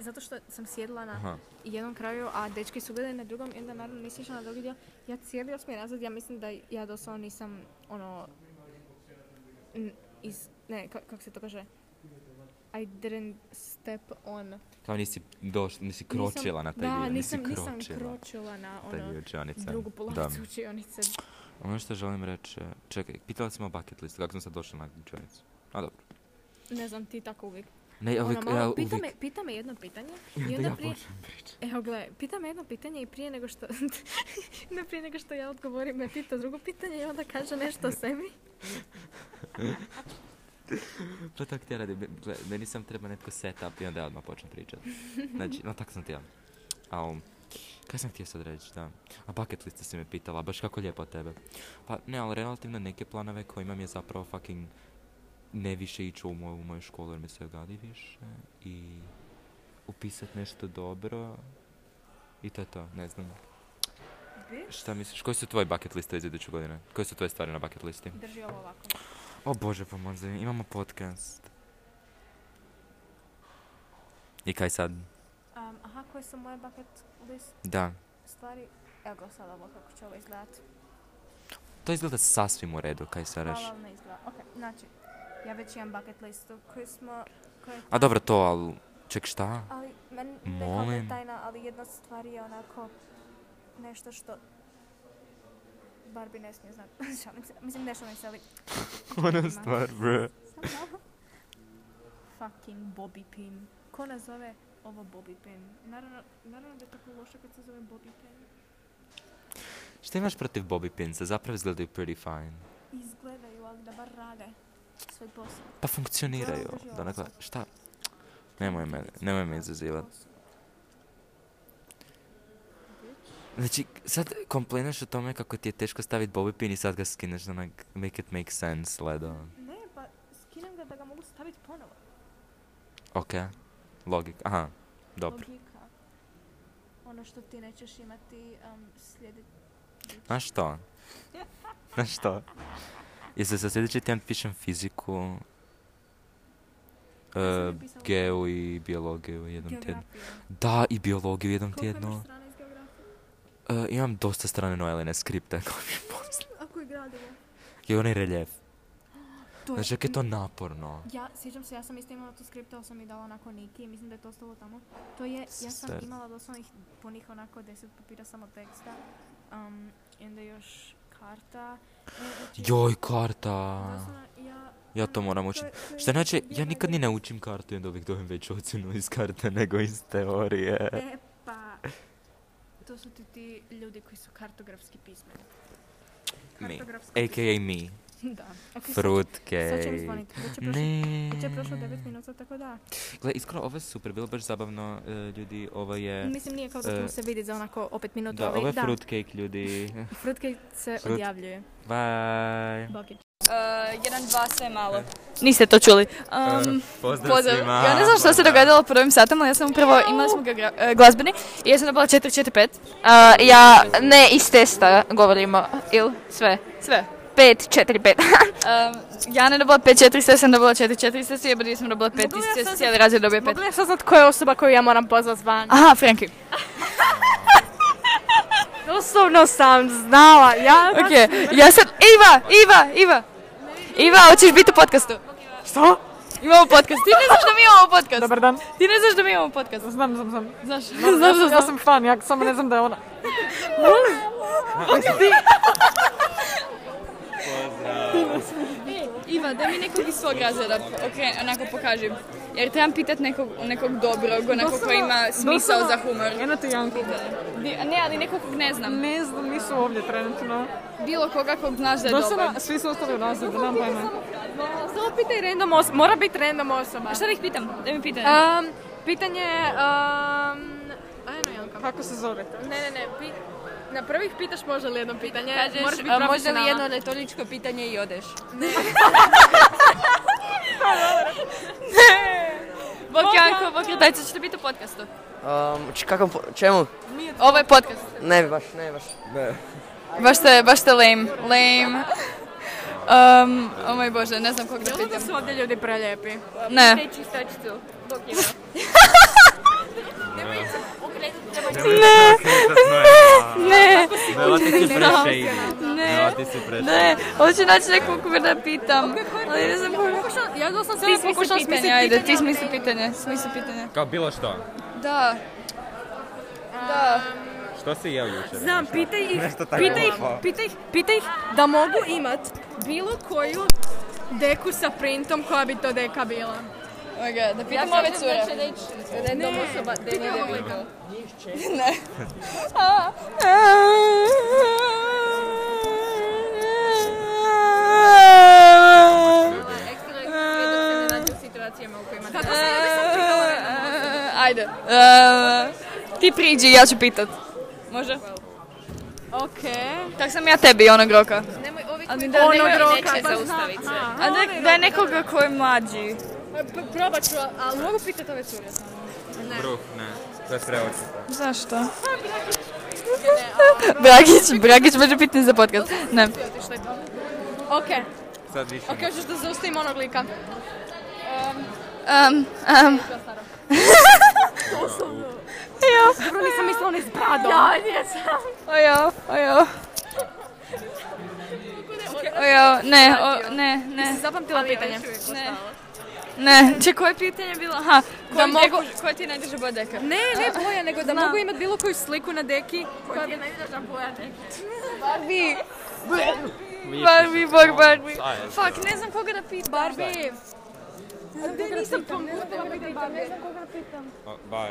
Speaker 2: zato što sam sjedila na
Speaker 3: Aha,
Speaker 2: jednom kraju, a dečki su gledali na drugom i onda naravno nisi išla na drugi dio. Ja cijeli osmi razred, ja mislim da ja doslovno nisam, ono, n- iz, ne, ka- kako se to kaže, I didn't step on.
Speaker 8: Kao nisi došla, nisi kročila na taj
Speaker 2: da,
Speaker 8: dio, nisi
Speaker 2: nisam,
Speaker 8: kročila.
Speaker 2: nisam kročila na
Speaker 8: Taj
Speaker 2: ono,
Speaker 8: dio učionice.
Speaker 2: drugu
Speaker 8: Da.
Speaker 2: polovicu učionice.
Speaker 8: Ono što želim reći, je- čekaj, pitala sam o bucket listu, kako sam sad došla na učionicu. A dobro.
Speaker 2: Ne znam, ti tako uvijek.
Speaker 8: Ne, ja
Speaker 2: Ono,
Speaker 8: uvijek,
Speaker 2: malo,
Speaker 8: ja
Speaker 2: pita, me,
Speaker 8: uvijek,
Speaker 2: pita me jedno pitanje i
Speaker 8: onda
Speaker 2: onda
Speaker 8: ja
Speaker 2: prije,
Speaker 8: počnem pričati.
Speaker 2: evo gle, pita me jedno pitanje i prije nego što, onda prije nego što ja odgovorim me pita drugo pitanje i onda kaže nešto o sebi.
Speaker 8: To tako ti ja radim, gle, meni sam treba netko setup i onda ja odmah počnem pričat. Znači, no tako sam ti ja. Au, kaj sam htio sad reći, da. A bucket liste si me pitala, baš kako lijepo od tebe. Pa ne, ali relativno neke planove koje imam je zapravo fucking ne više ići u moju, u moju školu jer mi se gadi više i upisat nešto dobro i to je to, ne znam. Šta misliš, koji su tvoji bucket liste iz iduće godine? Koje su tvoje stvari na bucket listi?
Speaker 4: Drži ovo ovako.
Speaker 8: O Bože pomozi, imamo podcast. I kaj sad?
Speaker 2: Um, aha, koje su moje bucket list
Speaker 8: Da,
Speaker 2: stvari? Evo ga sad ovo kako će ovo izgledati.
Speaker 8: to izgleda sasvim u redu, kaj se reš.
Speaker 2: Hvala vam na izgleda. Ok, znači, ja već imam bucket listu koju smo, koju
Speaker 8: A dobro to, ali ček šta?
Speaker 2: Ali, meni ne kao da je
Speaker 8: Molim.
Speaker 2: tajna, ali jedna stvar je onako nešto što Barbie ne smije znati. Šalim se. Mislim, nešto ne se, ali...
Speaker 8: Ona
Speaker 2: Ima.
Speaker 8: stvar, bro.
Speaker 2: Samo malo. Fucking Bobby Pin. Ko nazove ovo Bobby Pin? Naravno, naravno da je tako loše kad se zove Bobby Pin.
Speaker 8: Šta imaš protiv Bobby Pinsa? Zapravo izgledaju pretty fine.
Speaker 2: Izgledaju, ali da bar rade svoj posao.
Speaker 8: Pa funkcioniraju.
Speaker 2: Dobro,
Speaker 8: Donakle, šta? Nemoj me, nemoj me izazivat. Znači, sad komplinaš o tome kako ti je teško staviti Bobby Pin i sad ga skineš na onak make it make sense ledo.
Speaker 2: Ne, pa skinem ga da ga mogu staviti ponovo.
Speaker 8: Ok, logik, aha, dobro.
Speaker 2: Logika. Ono što ti nećeš imati um, slijedi...
Speaker 8: Na što? Na što? Jer se za sljedeći tjedan pišem fiziku, e,
Speaker 2: napisala?
Speaker 8: geo i biologiju u jednom tjednu.
Speaker 2: Geografiju.
Speaker 8: Da, i biologiju u jednom
Speaker 2: Koliko imaš
Speaker 8: tjednu.
Speaker 2: strana iz geografije?
Speaker 8: E, imam dosta strane Noeline skripta koje mi je poslala.
Speaker 2: Ako je gradivo?
Speaker 8: I onaj reljef.
Speaker 2: To
Speaker 8: Znači, kako je to naporno.
Speaker 2: Ja, sjećam se, ja sam isto imala tu skript, ali sam i dala onako Niki i mislim da je to ostalo tamo. To je, ja sam
Speaker 8: Ser.
Speaker 2: imala doslovnih punih onako deset papira samo teksta. Um, I onda još karta. E, znači,
Speaker 8: Joj, karta.
Speaker 2: doslovno ja...
Speaker 8: Ja to moram učiti. Šta znači, ja nikad ni ne učim kartu i onda uvijek dobijem veću ocjenu iz karte nego iz teorije.
Speaker 2: E, pa... To su ti ti ljudi koji su kartografski pismeni.
Speaker 8: Mi.
Speaker 2: Kartografski
Speaker 8: A.k.a. mi.
Speaker 2: Da. Ok, sad- sad će mi
Speaker 8: Fruitcake.
Speaker 2: zvoniti. Već je prošlo-
Speaker 8: Ne.
Speaker 2: već je prošlo 9 minuta, tako da.
Speaker 8: Gle, iskreno, ovo je super, bilo baš zabavno, e, ljudi, ovo je...
Speaker 2: Mislim, nije kao da ćemo
Speaker 8: E,
Speaker 2: se vidjeti za onako opet minutu.
Speaker 8: Da,
Speaker 2: ali
Speaker 8: ovo je
Speaker 2: da.
Speaker 8: fruitcake, ljudi.
Speaker 2: Frutke se
Speaker 8: Frut-
Speaker 2: odjavljuje.
Speaker 8: Bye.
Speaker 2: Bokić.
Speaker 1: Eh, jedan, dva, sve malo. Eh, Niste to čuli. Um,
Speaker 8: Pozdrav,
Speaker 1: pozdrav.
Speaker 8: svima.
Speaker 1: Ja ne znam što se događalo prvim satom, ali ja sam upravo, imali smo geogra- e, glazbeni i ja sam dobila 4-4-5. Eh,
Speaker 10: A, ja ne iz testa govorimo, ili sve?
Speaker 1: Sve.
Speaker 10: 5, 4, 5.
Speaker 1: Um, ja ne dobila 5-4, sve sam dobila 4-4, sve su jebali, sam dobila 5
Speaker 4: Mogu li ja
Speaker 1: i sve
Speaker 4: sad-
Speaker 1: cijeli razred dobio 5.
Speaker 4: Mogu li ja saznat koja je osoba koju ja moram pozvat van?
Speaker 1: Aha, Franki.
Speaker 4: Doslovno sam znala, ja...
Speaker 1: Ok, ja sam... Iva, Iva, Iva. Iva, hoćeš biti u podcastu?
Speaker 4: Što?
Speaker 1: Imamo podcast. Ti ne znaš da mi imamo podcast.
Speaker 4: Dobar dan.
Speaker 1: Ti ne znaš da mi imamo podcast.
Speaker 4: Znam, znam, znam.
Speaker 1: Znaš,
Speaker 4: Ja
Speaker 1: znaš,
Speaker 4: sam-
Speaker 1: znaš.
Speaker 4: Ja sam fan, ja samo ne znam da je ona.
Speaker 1: Iva, daj mi nekog iz svog razreda, okre, onako pokaži. Jer trebam pitat nekog, nekog dobrog, onako koji ima smisao za humor.
Speaker 4: Ena ti Janko.
Speaker 1: Di- Ne, ali nekog kog ne znam.
Speaker 4: Ne znam, nisu ovdje trenutno.
Speaker 1: Bilo koga kog znaš da je dobar.
Speaker 4: Doslovno, svi su ostali u razredu, nemam pojma. Samo pitaj random osoba, mora biti random osoba.
Speaker 1: Šta da ih pitam? Daj mi pitanje.
Speaker 4: Um, pitanje, um, ajno Janko. Kako se zovete? Ne, ne, ne, pi- na prvih pitaš može li jedno pitanje, moraš biti
Speaker 5: možda li
Speaker 4: profesionalna.
Speaker 5: jedno retoričko pitanje i odeš?
Speaker 1: Bok Janko, Bok Ratajca, ćete biti u podcastu.
Speaker 11: Um, č- kakvom, po- čemu?
Speaker 1: Ovo je podcast.
Speaker 11: Ne bi baš, ne bi baš.
Speaker 1: Baš ste, baš ste lame. Lame. Um, o moj bože, ne znam kog da pitam.
Speaker 4: su ovdje ljudi prelijepi.
Speaker 1: Ne.
Speaker 5: Čistačicu.
Speaker 1: Ne.
Speaker 3: Vela ti si prešejdi.
Speaker 1: Ne.
Speaker 3: Vela ti si prešejdi.
Speaker 1: Ne, hoću naći nekog koga da pitam, ali ne znam koga.
Speaker 2: sam, ja da sam
Speaker 5: Ti pokušao smisli ajde, ti smisli pitanje, smisli pitanje.
Speaker 3: Kao bilo što.
Speaker 5: Da. Da.
Speaker 3: Što si jeo jučer?
Speaker 2: Znam, pitaj ih,
Speaker 3: Nešto tako
Speaker 2: pitaj ih,
Speaker 3: malo.
Speaker 2: pitaj ih, pitaj ih da mogu imat bilo koju deku sa printom koja bi to deka bila.
Speaker 5: Oga, Oh da pitamo ove cure.
Speaker 2: Ne, pitaj ovo lika.
Speaker 5: Ne. Ajde. Uh, Ti priđi, ja ću pitat. Može?
Speaker 2: Okej.
Speaker 5: Tak sam ja tebi onog roka.
Speaker 12: Nemoj ovi
Speaker 5: Ali
Speaker 12: koji
Speaker 5: da,
Speaker 12: nemaju
Speaker 5: nemoj
Speaker 12: neće
Speaker 5: roka, baš
Speaker 12: zaustavit se.
Speaker 5: A ne, da je nekoga ko je mlađi.
Speaker 2: Probat ću, ali mogu pitat ove cure samo.
Speaker 3: Bruh, ne. To je preočito.
Speaker 5: Zašto? Bragić, Bragić može pitanje za podcast. Ne.
Speaker 2: Okej,
Speaker 3: Sad više.
Speaker 2: okej, hoćeš da zaustavim onog lika. Em,
Speaker 5: Um, um.
Speaker 2: Dobro, nisam mislila onaj s bradom.
Speaker 5: Ojo, ojo. Ojo, ne, o, ne, ne.
Speaker 2: Zapamtila pitanje.
Speaker 5: Ne. Ne, če koje pitanje je bilo? Aha, da mogu... Koja ti najdrža boja deka?
Speaker 2: Ne, ne boja, nego da
Speaker 5: Znam.
Speaker 2: mogu imat bilo koju sliku na deki. koja bi-
Speaker 5: Barbie! Barbie, Bog Barbie.
Speaker 2: Fuck, ne znam koga da pitam. Barbie. Ne, nisam pomutila da pitam, ne znam koga da pitam.
Speaker 3: Bye.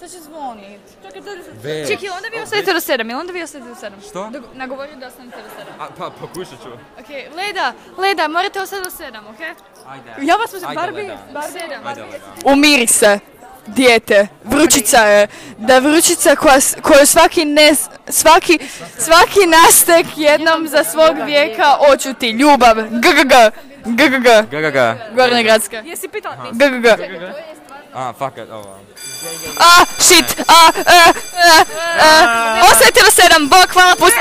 Speaker 5: Sad će zvonit.
Speaker 2: Čekaj, dođe se.
Speaker 3: Već.
Speaker 5: Čekaj, onda vi ostavite do sedam, ili onda vi ostavite do sedam?
Speaker 3: Što?
Speaker 5: Dog- Nagovorio da ostanete do sedam.
Speaker 3: A, pa, pokušat ću.
Speaker 5: Okej, Leda, Leda, morate ostati do sedam, okej?
Speaker 3: Ajde.
Speaker 2: Ja vas mislim,
Speaker 3: Ajde,
Speaker 2: Barbie,
Speaker 3: Leda.
Speaker 2: Barbie.
Speaker 3: Ajde, Leda.
Speaker 1: Umiri se, dijete. Vrućica je. Da vrućica koja, s- koju svaki, ne, svaki, svaki nastek jednom za svog vijeka očuti. Ljubav. GGG. GGG.
Speaker 13: Gagaga.
Speaker 1: Gornje gradske.
Speaker 2: Jesi pitala?
Speaker 1: G, g, g. Čekaj,
Speaker 13: A, fuck it, ovo.
Speaker 1: A, shit. A, e, e, e. Osjetila sedam. Bog, hvala, pusti.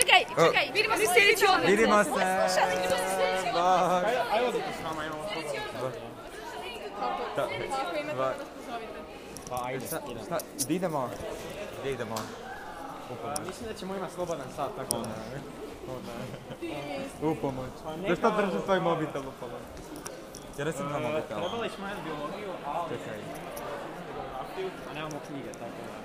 Speaker 12: Čekaj, čekaj, vidimo se sljedeći odmah.
Speaker 13: Vidimo se. Bye.
Speaker 3: Ajmo da s nama imamo Da. Ba- Pa ajde, šta, šta, gdje idemo? Gdje idemo? Mislim da ćemo imati slobodan sat, tako da... Pa, U pomoć. Da šta drži tvoj mobitel u pomoć? Ja ne sam na mobitel. Trebali smo jedan biologiju, ali... Čekaj. A nemamo knjige, tako da...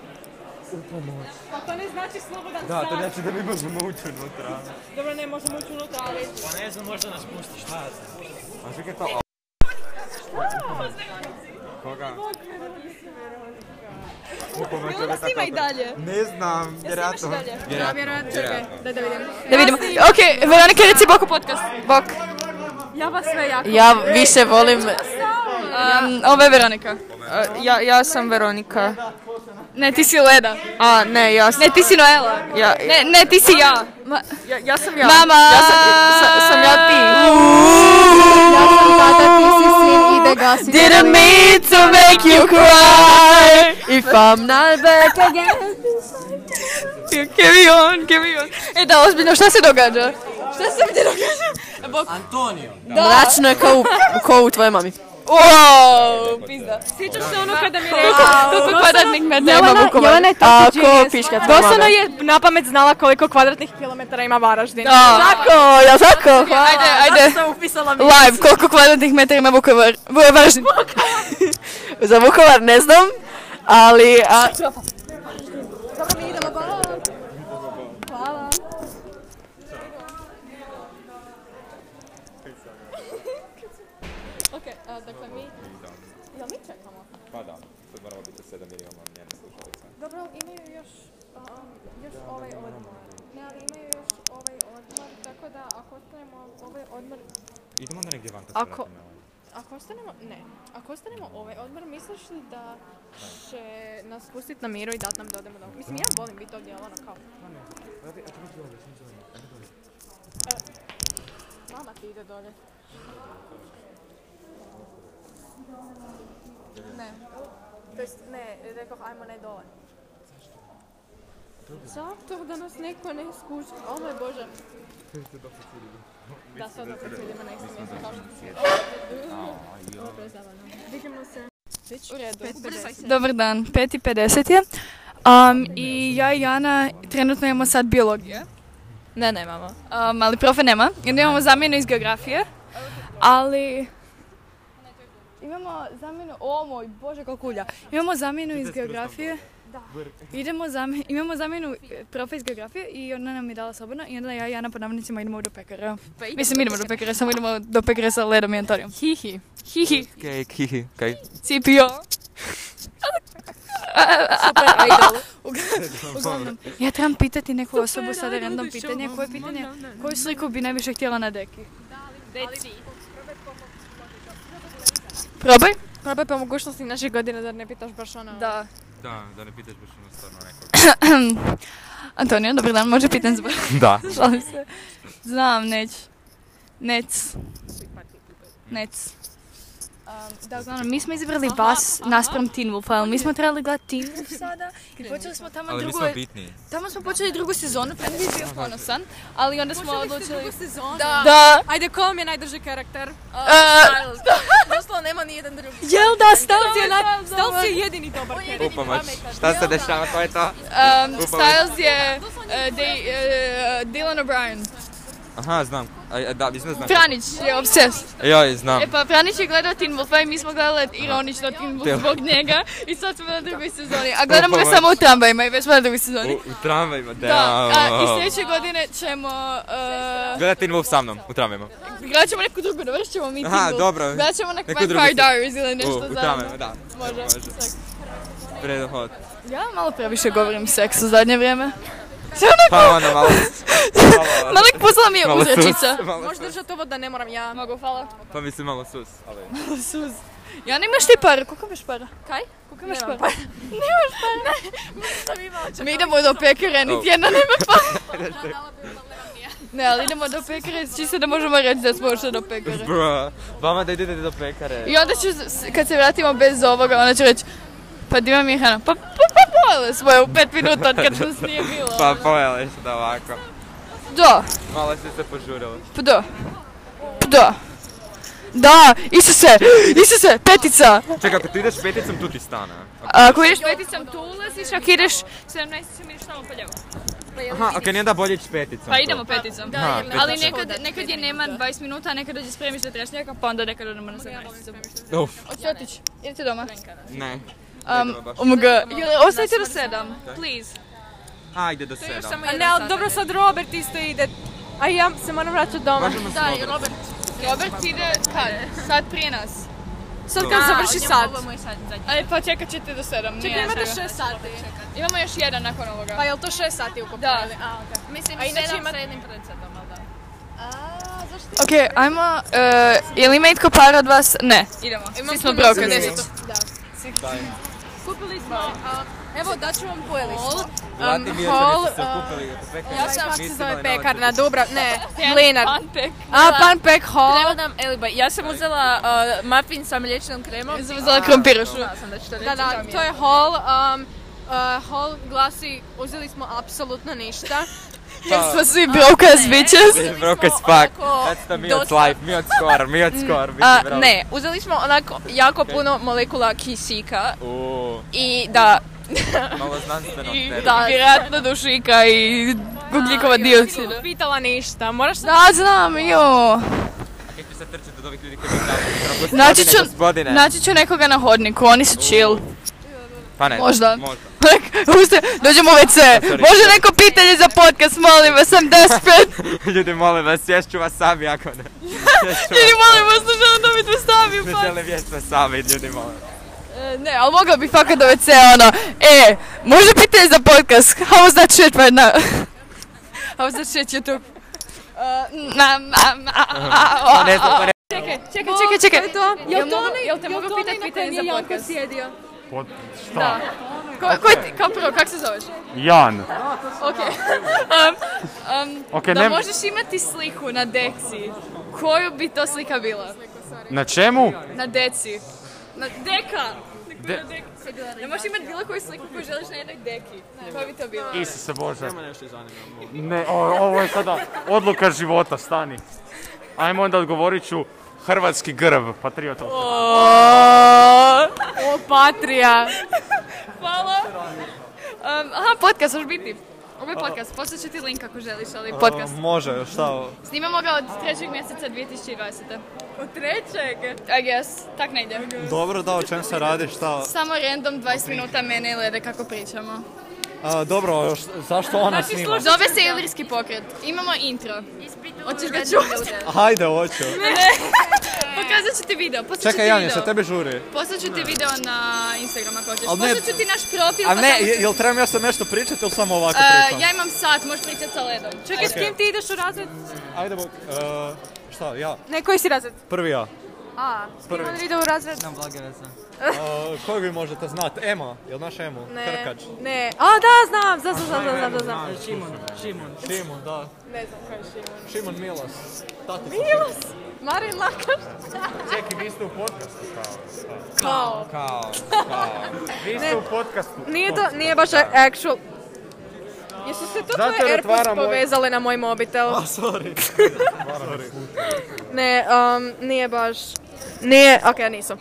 Speaker 3: U pomoć.
Speaker 2: Pa to ne znači slobodan
Speaker 3: Da, to
Speaker 2: sat.
Speaker 3: znači da mi možemo ući unutra.
Speaker 2: Dobro, ne možemo ući unutra, ali...
Speaker 3: Pa
Speaker 14: Ne znam, možda nas pusti, šta ja znam.
Speaker 3: A čekaj to... Koga? U pomoć
Speaker 2: Bilo da
Speaker 3: takav
Speaker 2: snima i
Speaker 3: to-
Speaker 2: dalje.
Speaker 3: Ne znam, vjerojatno.
Speaker 2: Da, vjerojatno, čekaj, daj da vidim.
Speaker 1: Da vidimo. Ok, Veronika, reci Boku podcast. Bok.
Speaker 2: Ja vas sve jako...
Speaker 1: Ja više volim...
Speaker 5: Um, ovo je Veronika.
Speaker 1: Uh, Ja, ja sam Veronika.
Speaker 5: Ne, ti si Leda.
Speaker 1: A, ne, ja
Speaker 5: Ne, ti si Noela.
Speaker 1: Ja-
Speaker 5: Ne, ne, ti si ja. Ma-
Speaker 1: Ja, ja sam ja.
Speaker 5: Mama!
Speaker 1: Ja sam, sa- sam ja ti.
Speaker 15: Ja sam tata, ti si sin, ide gasi.
Speaker 1: Didn't mean to make you cry if I'm not back again.
Speaker 5: Carry on, carry on. E da, ozbiljno, šta se događa? Šta se ovdje događa? Bok.
Speaker 14: Antonio.
Speaker 5: Da.
Speaker 15: Mračno je kao u, kao u tvojoj mami.
Speaker 5: Wow, pizda.
Speaker 2: Sjećaš se ono kada mi je
Speaker 5: Koliko- koliko kvadratnih metara ima
Speaker 2: Jelena-
Speaker 5: Vukovar?
Speaker 2: Jelena je to
Speaker 5: Ako
Speaker 2: genius.
Speaker 5: piška
Speaker 2: Doslovno
Speaker 5: tvoja.
Speaker 2: je na pamet znala koliko kvadratnih kilometara ima Varaždin.
Speaker 1: Da. Tako, jel tako? Hvala.
Speaker 2: Ajde,
Speaker 1: Zato
Speaker 2: ajde.
Speaker 1: sam
Speaker 2: upisala
Speaker 1: Live, koliko kvadratnih metara ima Vukovar? Vukovar. Varaždin.
Speaker 15: Za Vukovar ne znam, ali... A,
Speaker 2: Dobro, mi idemo, hvala. Hvala. Ok, a, dakle mi... Jel mi čekamo?
Speaker 3: Pa da, sad moramo biti sedam jer imamo njene slušalice.
Speaker 2: Dobro, ali imaju još, um, još ovaj odmor. Ne, ali imaju još ovaj odmor, tako da ako ostanemo ovaj odmor...
Speaker 3: Idemo onda negdje van kad
Speaker 2: Ako-
Speaker 3: se vratimo.
Speaker 2: Ako ostanemo, ne, ako ostanemo ovaj odmor, misliš li da će nas pustit na miru i dat nam da odemo doma? Mislim, ja volim biti ovdje, ali ono kao... E, Mama ti ide dolje. Ne. To jest, ne, rekao, ajmo ne dole. Zato da nas neko ne skuži. O moj Bože. Da se odmah predsjedimo na isto mjesto kao što si. Dobro, zabavno. Vidimo se. U redu. Ubrzaj se.
Speaker 5: Dobar dan, 5.50 je. Um, I ja i Jana trenutno imamo sad biologije.
Speaker 1: Ne, nemamo. Um, ali profe nema. I onda imamo zamjenu iz geografije. Ali... Imamo zamjenu... O moj bože, koliko ulja. Imamo zamjenu iz geografije. Idemo zamjenu, imamo zamjenu eh, profe iz geografije i ona nam je dala slobodno i onda ja i Jana po navodnicima idemo do pekara.
Speaker 16: Pa idemo
Speaker 1: Mislim
Speaker 16: do
Speaker 1: idemo do
Speaker 16: pekara.
Speaker 1: pekara, samo idemo do pekara sa ledom i Antonijom. Hihi. Hihi.
Speaker 3: Cake, hihi, kaj?
Speaker 1: CPO. Super idol. Uglavnom, ja trebam pitati neku osobu sada random pitanje, koje pitanje, koju sliku bi najviše htjela na deki?
Speaker 16: Deci.
Speaker 1: Probaj.
Speaker 5: Probaj po mogućnosti naše godine da ne pitaš baš ono...
Speaker 1: Da.
Speaker 3: Da, da ne pitaš baš ono stvarno nekog.
Speaker 1: Antonio, dobar dan, može pitan zbog...
Speaker 3: Da.
Speaker 1: Šalim se. Znam, neć. Nec. Nec. Um, da, uglavnom, mi smo izabrali vas naspram Teen Wolfa, ali mi smo trebali gledati Teen Wolf sada i počeli smo tamo
Speaker 3: Ali mi
Speaker 1: Pa drugo...
Speaker 3: smo bitni.
Speaker 1: Tamo smo počeli drugu sezonu, premda je bio ponosan, ali onda smo odlučili...
Speaker 5: Da.
Speaker 1: Da.
Speaker 5: Ajde, ko vam je najdrži karakter?
Speaker 1: Styles.
Speaker 17: Doslovno nema ni jedan drugi.
Speaker 1: Jel da, Styles je
Speaker 5: na...
Speaker 1: na-
Speaker 5: Styles je jedini dobar karakter.
Speaker 3: Upomoć, šta se dešava, to je to?
Speaker 1: Um,
Speaker 3: Upomoć.
Speaker 1: Styles je eh, Dej- eh, Dylan O'Brien.
Speaker 3: Aha, znam. Aj, aj, da, mislim da znam.
Speaker 1: Pranić je obses.
Speaker 3: Joj, znam.
Speaker 1: E pa Pranić je gledao Teen Wolfa i mi smo gledali ironično Teen Wolf
Speaker 3: Teo.
Speaker 1: zbog njega i sad smo na drugoj sezoni. A gledamo ga
Speaker 3: Upomoć.
Speaker 1: samo u tramvajima i već smo na drugoj sezoni.
Speaker 3: U, u tramvajima, da.
Speaker 1: Da, a, i sljedeće godine ćemo... Uh,
Speaker 3: Gledajte Wolf sa mnom, u tramvajima.
Speaker 1: gledat ćemo neku drugu, dovršit ćemo mi
Speaker 3: Aha,
Speaker 1: Teen Wolf.
Speaker 3: dobro.
Speaker 1: Gledat ćemo neku
Speaker 3: Neku
Speaker 1: Vampire
Speaker 3: drugu
Speaker 1: Diaries ili nešto
Speaker 3: U, u
Speaker 1: za...
Speaker 3: tramvajima, da.
Speaker 1: Može. Tak.
Speaker 3: Predo hot.
Speaker 1: Ja malo previše govorim seks u zadnje vrijeme. Sve
Speaker 3: Pa onda malo... malo-
Speaker 1: Malik poslala mi je
Speaker 3: malo sus,
Speaker 1: uzrečica.
Speaker 3: malo
Speaker 5: Možeš držati ovo da ne moram ja. Mogu, hvala.
Speaker 3: sus. Pa mislim malo sus, ali...
Speaker 1: Suz. Ja nemaš ti para, koliko imaš para?
Speaker 5: Kaj?
Speaker 1: Koliko imaš
Speaker 5: Nemam
Speaker 1: para? Nemaš para? Mi idemo do pekare, niti jedna nema para. Ne, ali idemo do pekare, čisto da možemo reći da smo ušli do pekare.
Speaker 3: Bro, vama da idete do pekare.
Speaker 1: I onda ću, s- kad se vratimo bez ovoga, onda ću reći, pa di vam je hrana? Pa, pa, pa, pojeli smo je u pet minuta od kad nas nije bilo.
Speaker 3: Pa pojeli ste da ovako.
Speaker 1: Da,
Speaker 3: Malo ste se požurili.
Speaker 1: pa da. Pa da. Da, Isuse, Isuse, petica!
Speaker 3: Čekaj, ako ti ideš peticom, tu ti stana.
Speaker 1: A ako ideš peticom tu ulaziš, ako ideš 17 sam ideš samo poljevo.
Speaker 3: Aha, ok, nije da bolje ići peticom.
Speaker 1: Pa idemo peticom.
Speaker 3: Da, Aha, jer ne
Speaker 1: ali
Speaker 3: možeš
Speaker 1: nekad, nekad je nema 20 minuta, a nekad dođe spremiš do trešnjaka, pa onda nekad odemo na 17.
Speaker 3: Uf.
Speaker 1: Hoćete otići? Idete doma.
Speaker 3: Ne.
Speaker 1: Um, omg, jel, ostajte do 7, please.
Speaker 3: Ajde do sedam.
Speaker 5: A ne, ali dobro sad Robert isto ide. A ja se moram vraćati doma.
Speaker 3: Možemo s
Speaker 5: Da, i Robert.
Speaker 1: Robert ide kad? Sad prije nas.
Speaker 5: Sad kad završi sad.
Speaker 1: Ali pa čekat ćete do 7.
Speaker 5: Čekaj, imate 6 sati.
Speaker 1: Imamo još jedan nakon ovoga.
Speaker 5: Pa jel to 6 sati ukupno?
Speaker 1: Da.
Speaker 5: ili? A, okej.
Speaker 17: Mislim,
Speaker 5: A inače
Speaker 17: sedam
Speaker 5: ima...
Speaker 17: sa jednim predsetom, ali da.
Speaker 1: Ok, ajmo, uh, je li ima itko par od vas? Ne.
Speaker 5: Idemo.
Speaker 1: Svi smo broken.
Speaker 5: Da. Kupili smo, a, evo daću vam pojelištu.
Speaker 3: Vladi mi je
Speaker 5: hall,
Speaker 3: da se
Speaker 5: a,
Speaker 3: kupili do pekare.
Speaker 5: Ja sam, kako se
Speaker 3: Niste
Speaker 5: zove
Speaker 3: imali novaca.
Speaker 5: pekarna, Dubra, ne, Mlinar. A,
Speaker 17: Da.
Speaker 5: Panpek Hall.
Speaker 17: Treba nam, eliba, ja sam uzela uh, mafin sa mliječnom kremom.
Speaker 1: Ja sam uzela krompirošu.
Speaker 17: Znala sam da ću to reći.
Speaker 5: Da, da,
Speaker 17: žao mi je.
Speaker 5: to je hall. Um, uh, hall glasi, uzeli smo apsolutno ništa.
Speaker 3: Jer smo
Speaker 1: svi broke as bitches.
Speaker 3: Svi broke as fuck.
Speaker 5: onako
Speaker 3: That's the Mioc
Speaker 5: dosta-
Speaker 3: life, Mioc score, Mioc score. biti
Speaker 17: A,
Speaker 3: bravo.
Speaker 17: ne, uzeli smo onako jako puno molekula kisika
Speaker 3: Uuu,
Speaker 17: i da...
Speaker 3: malo znanstveno.
Speaker 17: I-
Speaker 3: tebe.
Speaker 17: da.
Speaker 1: Vjerojatno dušika i ugljikova dioksida.
Speaker 5: Pitala ništa, moraš da...
Speaker 1: Da, znam, jo.
Speaker 3: Kako ću se trčati od ovih ljudi koji mi znaju?
Speaker 1: Naći ću,
Speaker 3: Gospodine,
Speaker 1: naći ću nekoga na hodniku, oni su chill.
Speaker 3: Pa ne,
Speaker 1: Možda.
Speaker 3: možda.
Speaker 1: Uste, dođemo u WC. Može neko pitanje za podcast, molim vas, sam desperate.
Speaker 3: Ljudi, molim vas, ješću vas sami ako ne.
Speaker 1: Ili molim vas, ne želim dobiti vestaviju,
Speaker 3: Ne
Speaker 1: pa.
Speaker 3: žele vješća sami, ljudi, molim.
Speaker 1: E, Ne, ali mogla bi fakat do WC, ono, e, može pitanje za podcast, how was that shit right now? how was that shit YouTube? Uh, na, na, na, a, a, a,
Speaker 3: Pa ne znam, pa ne-
Speaker 1: Čekaj, čekaj, čekaj, čekaj.
Speaker 5: To je to. Jel to onaj,
Speaker 1: Jel te mogu pitati
Speaker 5: pitanje
Speaker 1: pitanje za podcast?
Speaker 5: sjedio?
Speaker 11: Pod,
Speaker 1: Da.
Speaker 11: šta?
Speaker 1: Ko, ko je ti, kao prvo, kako se zoveš?
Speaker 11: Jan.
Speaker 1: Ok. um, um,
Speaker 11: Ok,
Speaker 1: da
Speaker 11: ne-
Speaker 1: možeš imati sliku na deci, koju bi to slika bila?
Speaker 11: Na čemu?
Speaker 1: Na deci. Na deka!
Speaker 11: De-
Speaker 1: Na deki. Ne možeš imati bilo koju sliku koju želiš na jednoj deki. Koja bi to bila?
Speaker 11: Isuse Bože. Ne, o- ovo je sada odluka života, stani. Ajmo onda odgovorit ću hrvatski grb, patriot.
Speaker 5: O, Patrija.
Speaker 1: Hvala. Um, aha, podcast, hoćeš biti? Ovo je podcast, poslat ću ti link ako želiš, ali
Speaker 7: A,
Speaker 1: podcast.
Speaker 7: Može, šta ovo?
Speaker 1: Snimamo ga od trećeg mjeseca 2020. Od trećeg? I guess, tak ne ide.
Speaker 7: Dobro, da, o čem se radi, šta?
Speaker 1: Samo random 20 minuta mene i Lede kako pričamo.
Speaker 7: A, dobro, š- zašto ona
Speaker 1: Znači,
Speaker 7: snima?
Speaker 1: Zove se Ilirski pokret. Imamo intro. Hoćeš ga čuti?
Speaker 7: Hajde, hoću.
Speaker 1: Ne. Pokazat ću ti video, poslat ću ti
Speaker 7: Čekaj, Janja, se
Speaker 1: video.
Speaker 7: tebi žuri.
Speaker 1: Poslat ću ti video na Instagram ako hoćeš.
Speaker 7: Al ne-
Speaker 1: Poslat ću ti naš profil.
Speaker 7: A ne,
Speaker 1: pa tamo
Speaker 7: je-
Speaker 1: ću-
Speaker 7: jel trebam ja sad nešto pričati ili samo ovako
Speaker 1: E,
Speaker 7: pričam?
Speaker 1: ja imam sat, možeš pričati sa Ledom.
Speaker 7: Čekaj, s Okej. kim
Speaker 1: ti ideš u razred?
Speaker 7: Ajde, bok, e, šta, ja?
Speaker 1: Ne, koji si razred?
Speaker 7: Prvi ja.
Speaker 1: A,
Speaker 7: Prvi.
Speaker 2: On ide u razred.
Speaker 6: Nemam blage veze.
Speaker 7: E, koju vi možete znati? Ema, jel naš Emu?
Speaker 2: Ne,
Speaker 7: Krkač.
Speaker 2: ne. A, da, znam, znam, znam, znam, znam, znam.
Speaker 6: Šimon, Šimon.
Speaker 7: Šimon, da.
Speaker 2: Ne znam koji je Šimon.
Speaker 7: Šimon Milas. Tati.
Speaker 2: Milos! Marin Lakaš?
Speaker 11: Čekaj, vi ste u podcastu kao.
Speaker 2: Kao.
Speaker 11: Kao. Kao. Vi ste
Speaker 2: Ne.
Speaker 11: u podcastu.
Speaker 2: Nije to, nije baš actual... Jesu se to
Speaker 11: Zato jer
Speaker 2: tvoje AirPods
Speaker 11: otvaram moj-
Speaker 2: povezale na moj mobitel?
Speaker 7: A, sorry. sorry.
Speaker 2: Ne, um, nije baš... Nije, okej, nisu.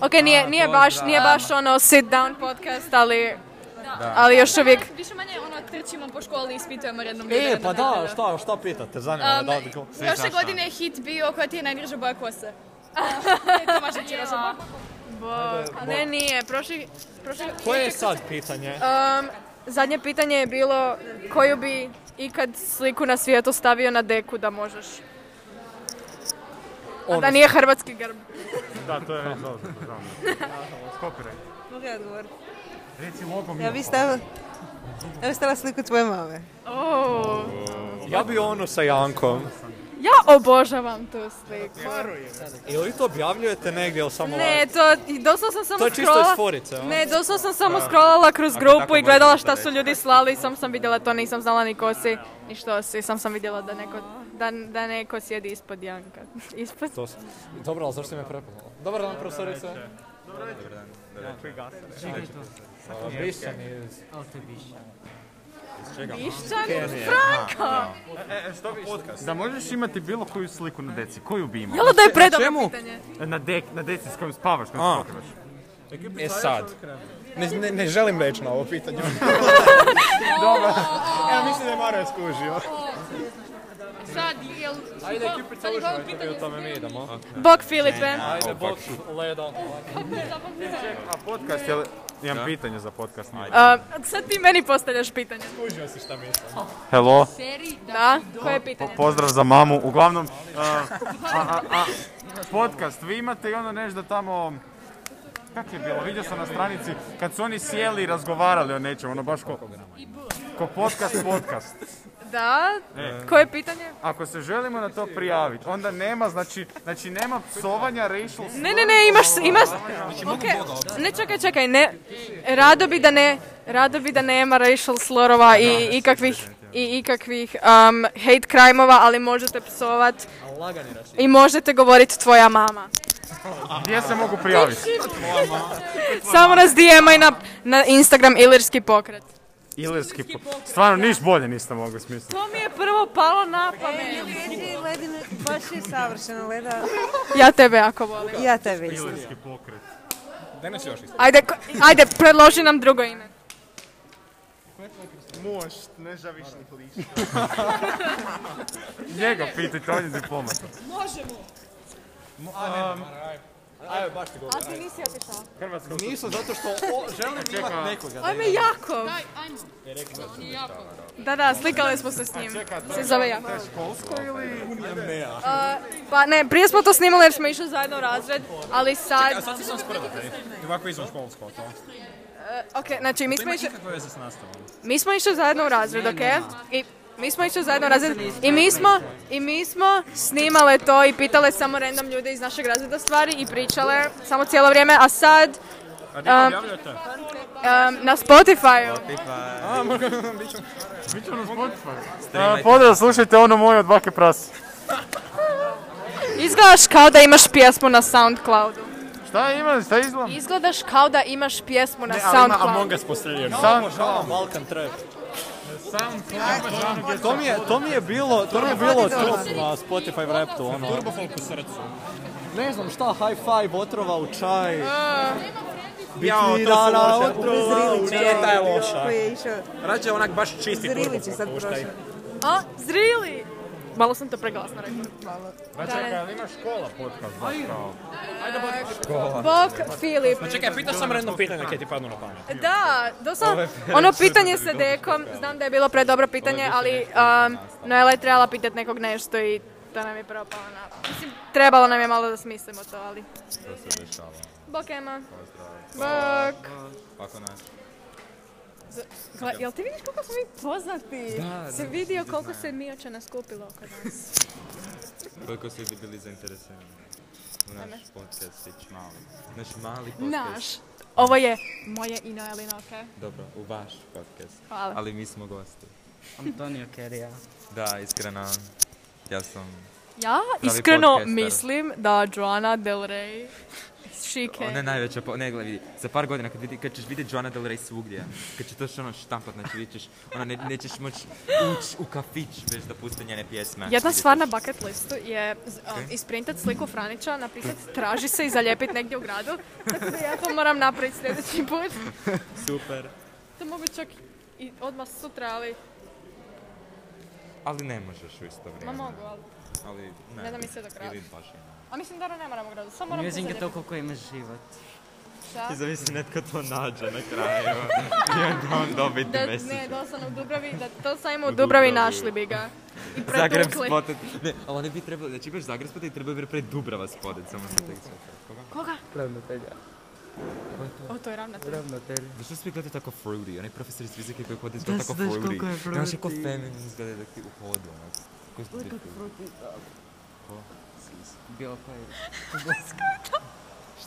Speaker 2: Ok, nije, nije baš, nije baš ono sit down podcast, ali...
Speaker 1: Da.
Speaker 2: Ali još uvijek...
Speaker 1: Više manje ono trčimo po školi i ispitujemo rednom
Speaker 7: E, pa da, šta, šta pitate? Zanima me
Speaker 1: Um,
Speaker 7: da li... ko-
Speaker 1: Prošle godine je hit bio koja ti je najdraža boja kose. Tomaša Čiraša boja.
Speaker 2: Bog. Ne, nije, prošli... prošli
Speaker 7: Koje je sad pitanje?
Speaker 2: Um, zadnje pitanje je bilo koju bi ikad sliku na svijetu stavio na deku da možeš. A da
Speaker 11: Ono-
Speaker 2: nije hrvatski grb.
Speaker 11: Da, to je već dobro, znam. Copyright.
Speaker 4: Mogu ja odgovoriti?
Speaker 11: Reci logo mi.
Speaker 4: Ja bi stavila... Ja bi stavila sliku tvoje mame.
Speaker 2: Oh.
Speaker 7: Ja bi onu sa Jankom.
Speaker 2: Ja obožavam tu sliku.
Speaker 7: Ili vi to objavljujete negdje ili samo
Speaker 2: Ne, to, i doslovno sam samo
Speaker 7: To je čisto
Speaker 2: scrollala-
Speaker 7: iz forice, a?
Speaker 2: Ne, doslovno sam samo
Speaker 7: Da.
Speaker 2: scrollala kroz
Speaker 7: Ako tako
Speaker 2: grupu i gledala
Speaker 7: možeš
Speaker 2: šta
Speaker 7: da
Speaker 2: su ljudi slali i sam sam vidjela to, nisam znala ni ko si, ni što si, sam sam vidjela da neko, da, da neko sjedi ispod Janka. Ispod.
Speaker 7: To sam- Dobro, ali zašto si me prepoznala? Dobar dan, profesorice.
Speaker 11: Dobro večer.
Speaker 7: Dobro večer.
Speaker 11: Čekaj to.
Speaker 7: A, Bišćan iz...
Speaker 2: Bišćan iz
Speaker 11: Kenije.
Speaker 2: Franka!
Speaker 11: Da. E, e, što bi podcast? Da možeš imati bilo koju sliku na deci, koju bi imao?
Speaker 2: Jel da je predobro pitanje?
Speaker 11: Na, dek, na deci s kojom spavaš, kojom
Speaker 7: A.
Speaker 11: se pokrivaš.
Speaker 7: E sad. Ne, ne, ne želim reći na ovo pitanje.
Speaker 11: Dobro.
Speaker 7: Evo, mislim da je Mario skužio.
Speaker 1: Sad, jel... Ajde,
Speaker 7: Kiprica, uživaj to o tome mi idemo.
Speaker 2: Bog Filipe.
Speaker 7: Ajde, bok leda.
Speaker 11: A podcast, jel... Imam pitanje za podcast.
Speaker 2: A, sad ti meni postavljaš pitanje.
Speaker 7: Skužio si šta mislim.
Speaker 11: Hello.
Speaker 2: Da, koje je pitanje?
Speaker 11: Pozdrav za mamu. Uglavnom, a, a, a, a, podcast vi imate i onda nešto da tamo... Kak je bilo? Vidio sam na stranici kad su oni sjeli i razgovarali o nečemu, ono baš ko... Ko podcast, podcast.
Speaker 2: Da,
Speaker 11: E.
Speaker 2: koje je pitanje?
Speaker 11: Ako se želimo na to prijaviti, onda nema, znači, znači nema psovanja racial...
Speaker 2: Ne, ne, ne, imaš, imaš... Okej, Ne, čekaj, čekaj, ne. Rado bi da ne, rado bi da nema racial slorova i ikakvih i ikakvih um, hate crime-ova, ali možete psovat
Speaker 6: Lagani raš.
Speaker 2: i možete govorit tvoja mama.
Speaker 11: Gdje se mogu prijaviti?
Speaker 2: Samo nas DM-aj na, na Instagram ilirski pokret.
Speaker 11: Ilerski po... Stvarno, niš bolje niste mogli smisliti.
Speaker 2: To mi je prvo palo na pamet.
Speaker 4: Ledi, ledi, baš je savršeno, Leda.
Speaker 2: Ja tebe jako volim.
Speaker 4: Ja tebe isto.
Speaker 11: pokret.
Speaker 7: Danas još isto.
Speaker 2: Ajde, ko- ajde, predloži nam drugo ime.
Speaker 11: Mož nežavišnih lišća. Njega pitajte, on je diplomat. Um,
Speaker 1: Možemo.
Speaker 7: Ajde, baš ti
Speaker 2: A ti nisi otišao.
Speaker 11: Hrvatska.
Speaker 7: Nisu, zato što o, želim
Speaker 11: Čekaj,
Speaker 7: imat
Speaker 11: a-
Speaker 7: nekoga. da
Speaker 2: Ajme
Speaker 7: imam.
Speaker 2: Jakov.
Speaker 1: ajmo. On je jako.
Speaker 2: Da, da, slikali smo se s njim. Se zove Jakov.
Speaker 11: Školsko ili...
Speaker 7: Ne, ja.
Speaker 2: Uh, pa ne, prije smo to snimali jer smo išli zajedno u razred, ali sad...
Speaker 18: Čekaj, a sad si sam sprda, hej. I ovako izvan školsko, to.
Speaker 2: Uh, ok, znači mi
Speaker 18: To
Speaker 2: smo
Speaker 18: ima
Speaker 2: išli...
Speaker 18: ikakve veze s nastavom.
Speaker 2: Mi smo išli zajedno u razred, ok? I mi smo išli zajedno u razred i mi smo, i mi smo snimale to i pitale samo random ljude iz našeg razreda stvari i pričale samo cijelo vrijeme, a sad
Speaker 18: A
Speaker 2: gdje ga objavljujete? um, na Spotify-u.
Speaker 7: A, moram, bit ću...
Speaker 11: Bit ću na Spotify. Pozdrav, slušajte ono moje od bake prasi.
Speaker 2: Izgledaš kao da imaš pjesmu na Soundcloudu.
Speaker 11: Šta ima, šta izgleda? E,
Speaker 2: Izgledaš kao da imaš pjesmu na
Speaker 7: Ne, ali ima
Speaker 2: Soundcloudu.
Speaker 7: Among Us postavljeno.
Speaker 11: Sam-
Speaker 7: Sam Balkan Trap.
Speaker 11: Soundcloud.
Speaker 7: To mi je, to mi je bilo, to mi je bilo tu na Spotify Raptu, ono.
Speaker 18: Turbo folk u srcu.
Speaker 7: Ne znam šta, high five, otrova u čaj.
Speaker 2: A.
Speaker 18: Jao,
Speaker 11: Biti
Speaker 18: to su
Speaker 11: dana
Speaker 18: loše.
Speaker 11: otrova u
Speaker 18: Nije ta je loša.
Speaker 4: Koji je išao.
Speaker 18: Rađe onak baš čisti turbo
Speaker 4: Zrilić je sad
Speaker 18: popuštaj.
Speaker 4: prošao.
Speaker 2: A, zrili! Malo sam to preglasno rekla. Malo.
Speaker 11: Pa čekaj, ali ima škola podcast, baš kao.
Speaker 18: Škola.
Speaker 2: Bok Filip.
Speaker 19: Ma čekaj, pitao sam redno pitanje kaj ti padnu na pamet.
Speaker 2: Da, doslovno,
Speaker 19: Ove fere
Speaker 2: ono
Speaker 19: su
Speaker 2: pitanje
Speaker 19: bili
Speaker 2: sa
Speaker 19: dosta
Speaker 2: dekom, znam da je bilo predobro pitanje, ali um, Noela je trebala pitat nekog nešto i to nam je propalo na... Mislim, trebalo nam je malo da smislimo to, ali...
Speaker 3: To se dešava.
Speaker 2: Bok Ema.
Speaker 3: Pozdrav.
Speaker 2: Bok.
Speaker 3: Kako nas?
Speaker 2: Z- Gle, Pa, jel ti vidiš koliko smo mi poznati?
Speaker 3: Da,
Speaker 2: Se
Speaker 3: da,
Speaker 2: vidio
Speaker 3: da
Speaker 2: koliko
Speaker 3: znam.
Speaker 2: se Mioća naskupilo oko nas.
Speaker 3: Koliko su ljudi bili zainteresirani u naš
Speaker 2: Eme.
Speaker 3: podcastić mali. Naš mali podcast.
Speaker 2: Naš. Ovo je moje i Noelina, okej?
Speaker 3: Dobro, u vaš podcast.
Speaker 2: Hvala.
Speaker 3: Ali mi smo gosti.
Speaker 6: Antonio Kerija.
Speaker 3: Da, iskreno, ja sam...
Speaker 2: Ja
Speaker 3: pravi
Speaker 2: iskreno
Speaker 3: podcaster.
Speaker 2: mislim da Joana Del Rey šike.
Speaker 3: Ona je najveća, po... ne gledaj, vidi, za par godina kad, vidi, kad ćeš vidjeti Joana Del Rey svugdje, kad će to što ono štampat, znači vidjet ćeš, ona ne, nećeš moći ući u kafić već da puste njene pjesme.
Speaker 2: Jedna
Speaker 3: Vidjet
Speaker 2: stvar
Speaker 3: ćeš.
Speaker 2: na bucket listu je z- um,
Speaker 3: Okej.
Speaker 2: isprintat sliku Franića, napisat traži se i zalijepit negdje u gradu. Tako da ja to moram napraviti sljedeći put.
Speaker 3: Super.
Speaker 2: To mogu čak i odmah sutra, ali
Speaker 3: Ali ne možeš u isto vrijeme.
Speaker 2: mogu, ali-
Speaker 3: Ali ne.
Speaker 2: Ne da mi se do kraja.
Speaker 3: Ili baš ima.
Speaker 2: A mislim da ne moram u gradu, samo moram tu
Speaker 6: Musing je to
Speaker 2: zalijepit.
Speaker 6: koliko imaš život.
Speaker 2: Šta?
Speaker 3: zavisi netko to nađe na kraju. I onda on dobi
Speaker 2: Da, ne, doslovno u Dubravi, da to sam imao u Dubravi, našli bi ga. I
Speaker 3: Zagreb
Speaker 2: pretukli.
Speaker 3: spotet. Ne, ali oni bi trebali, znači imaš Zagreb spotet i trebali bi napraviti Dubrava spotet, samo se tek sveta. Koga?
Speaker 2: Koga?
Speaker 6: Ravnatelja.
Speaker 2: O, to je ravnatelj.
Speaker 6: Ravnatelja.
Speaker 3: Zašto svi gledaju tako fruity? Onaj profesor iz fizike koji hodi
Speaker 6: Da,
Speaker 3: izgleda tako
Speaker 6: znaš
Speaker 3: fruity.
Speaker 6: koliko je
Speaker 3: Znaš kako
Speaker 6: fruity.
Speaker 3: feminine izgleda dok ti u hodu, onak. Koji ste
Speaker 6: Lik
Speaker 3: ti
Speaker 6: od
Speaker 3: fruity? Ko?
Speaker 6: Bilo koji.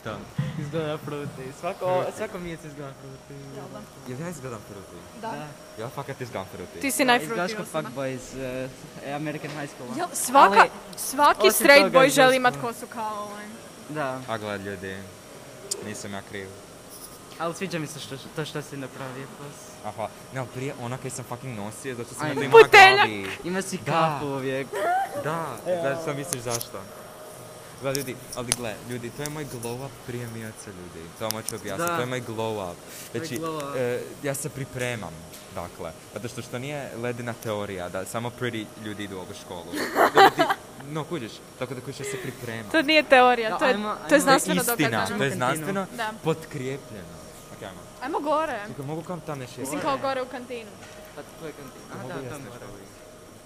Speaker 3: Šta?
Speaker 6: Izgleda fruti. Svako, svako mjesec izgleda fruti.
Speaker 3: Jel ja izgledam fruity?
Speaker 2: Da.
Speaker 3: Ja fakat izgledam fruity.
Speaker 2: Ti si
Speaker 6: Da,
Speaker 2: najfruity
Speaker 6: Izgledaš
Speaker 2: osoba.
Speaker 6: kod fuckboy iz eh, American High School.
Speaker 2: Jel, svaka,
Speaker 6: Ali-
Speaker 2: svaki
Speaker 6: osim
Speaker 2: straight
Speaker 6: toga
Speaker 2: boy
Speaker 6: izgleda
Speaker 2: želi imat
Speaker 6: smo-
Speaker 2: kosu kao ovaj.
Speaker 6: Da,
Speaker 3: A gled ljudi, nisam ja kriv.
Speaker 6: ali sviđa mi se što, to što si napravio. plus.
Speaker 3: Aha, ne, ali prije ona kaj sam fucking nosio, zato sam
Speaker 6: Ajme.
Speaker 3: ja to imao na glavi.
Speaker 6: Ima si
Speaker 3: Da.
Speaker 6: kapu uvijek.
Speaker 3: Da,
Speaker 6: Evo.
Speaker 3: da šta misliš zašto? Gle, ljudi, ali gle, ljudi, to je moj glow up prije mijaca, ljudi. To vam hoću objasniti,
Speaker 6: Da.
Speaker 3: to je moj glow up.
Speaker 6: To je
Speaker 3: Znači,
Speaker 6: glow up.
Speaker 3: e, ja se pripremam, dakle, zato što što nije ledina teorija, da samo pretty ljudi idu u ovu školu. Dobro, ti- no, kuđeš, tako da kuđeš, ja se pripremam.
Speaker 2: To nije teorija,
Speaker 6: Da,
Speaker 2: to je,
Speaker 6: ajmo-
Speaker 2: to je
Speaker 6: ajmo-
Speaker 2: znanstveno
Speaker 3: istina,
Speaker 2: dokazano.
Speaker 3: to je znanstveno
Speaker 2: Da.
Speaker 3: potkrijepljeno. Ok, ajmo.
Speaker 2: Ajmo gore.
Speaker 3: Čekaj, mogu kam tam nešto?
Speaker 2: Mislim kao gore u kantinu.
Speaker 6: Pa to je kantin.
Speaker 3: Mogu
Speaker 6: A da,
Speaker 3: ja
Speaker 6: tamo
Speaker 3: nešto
Speaker 6: je.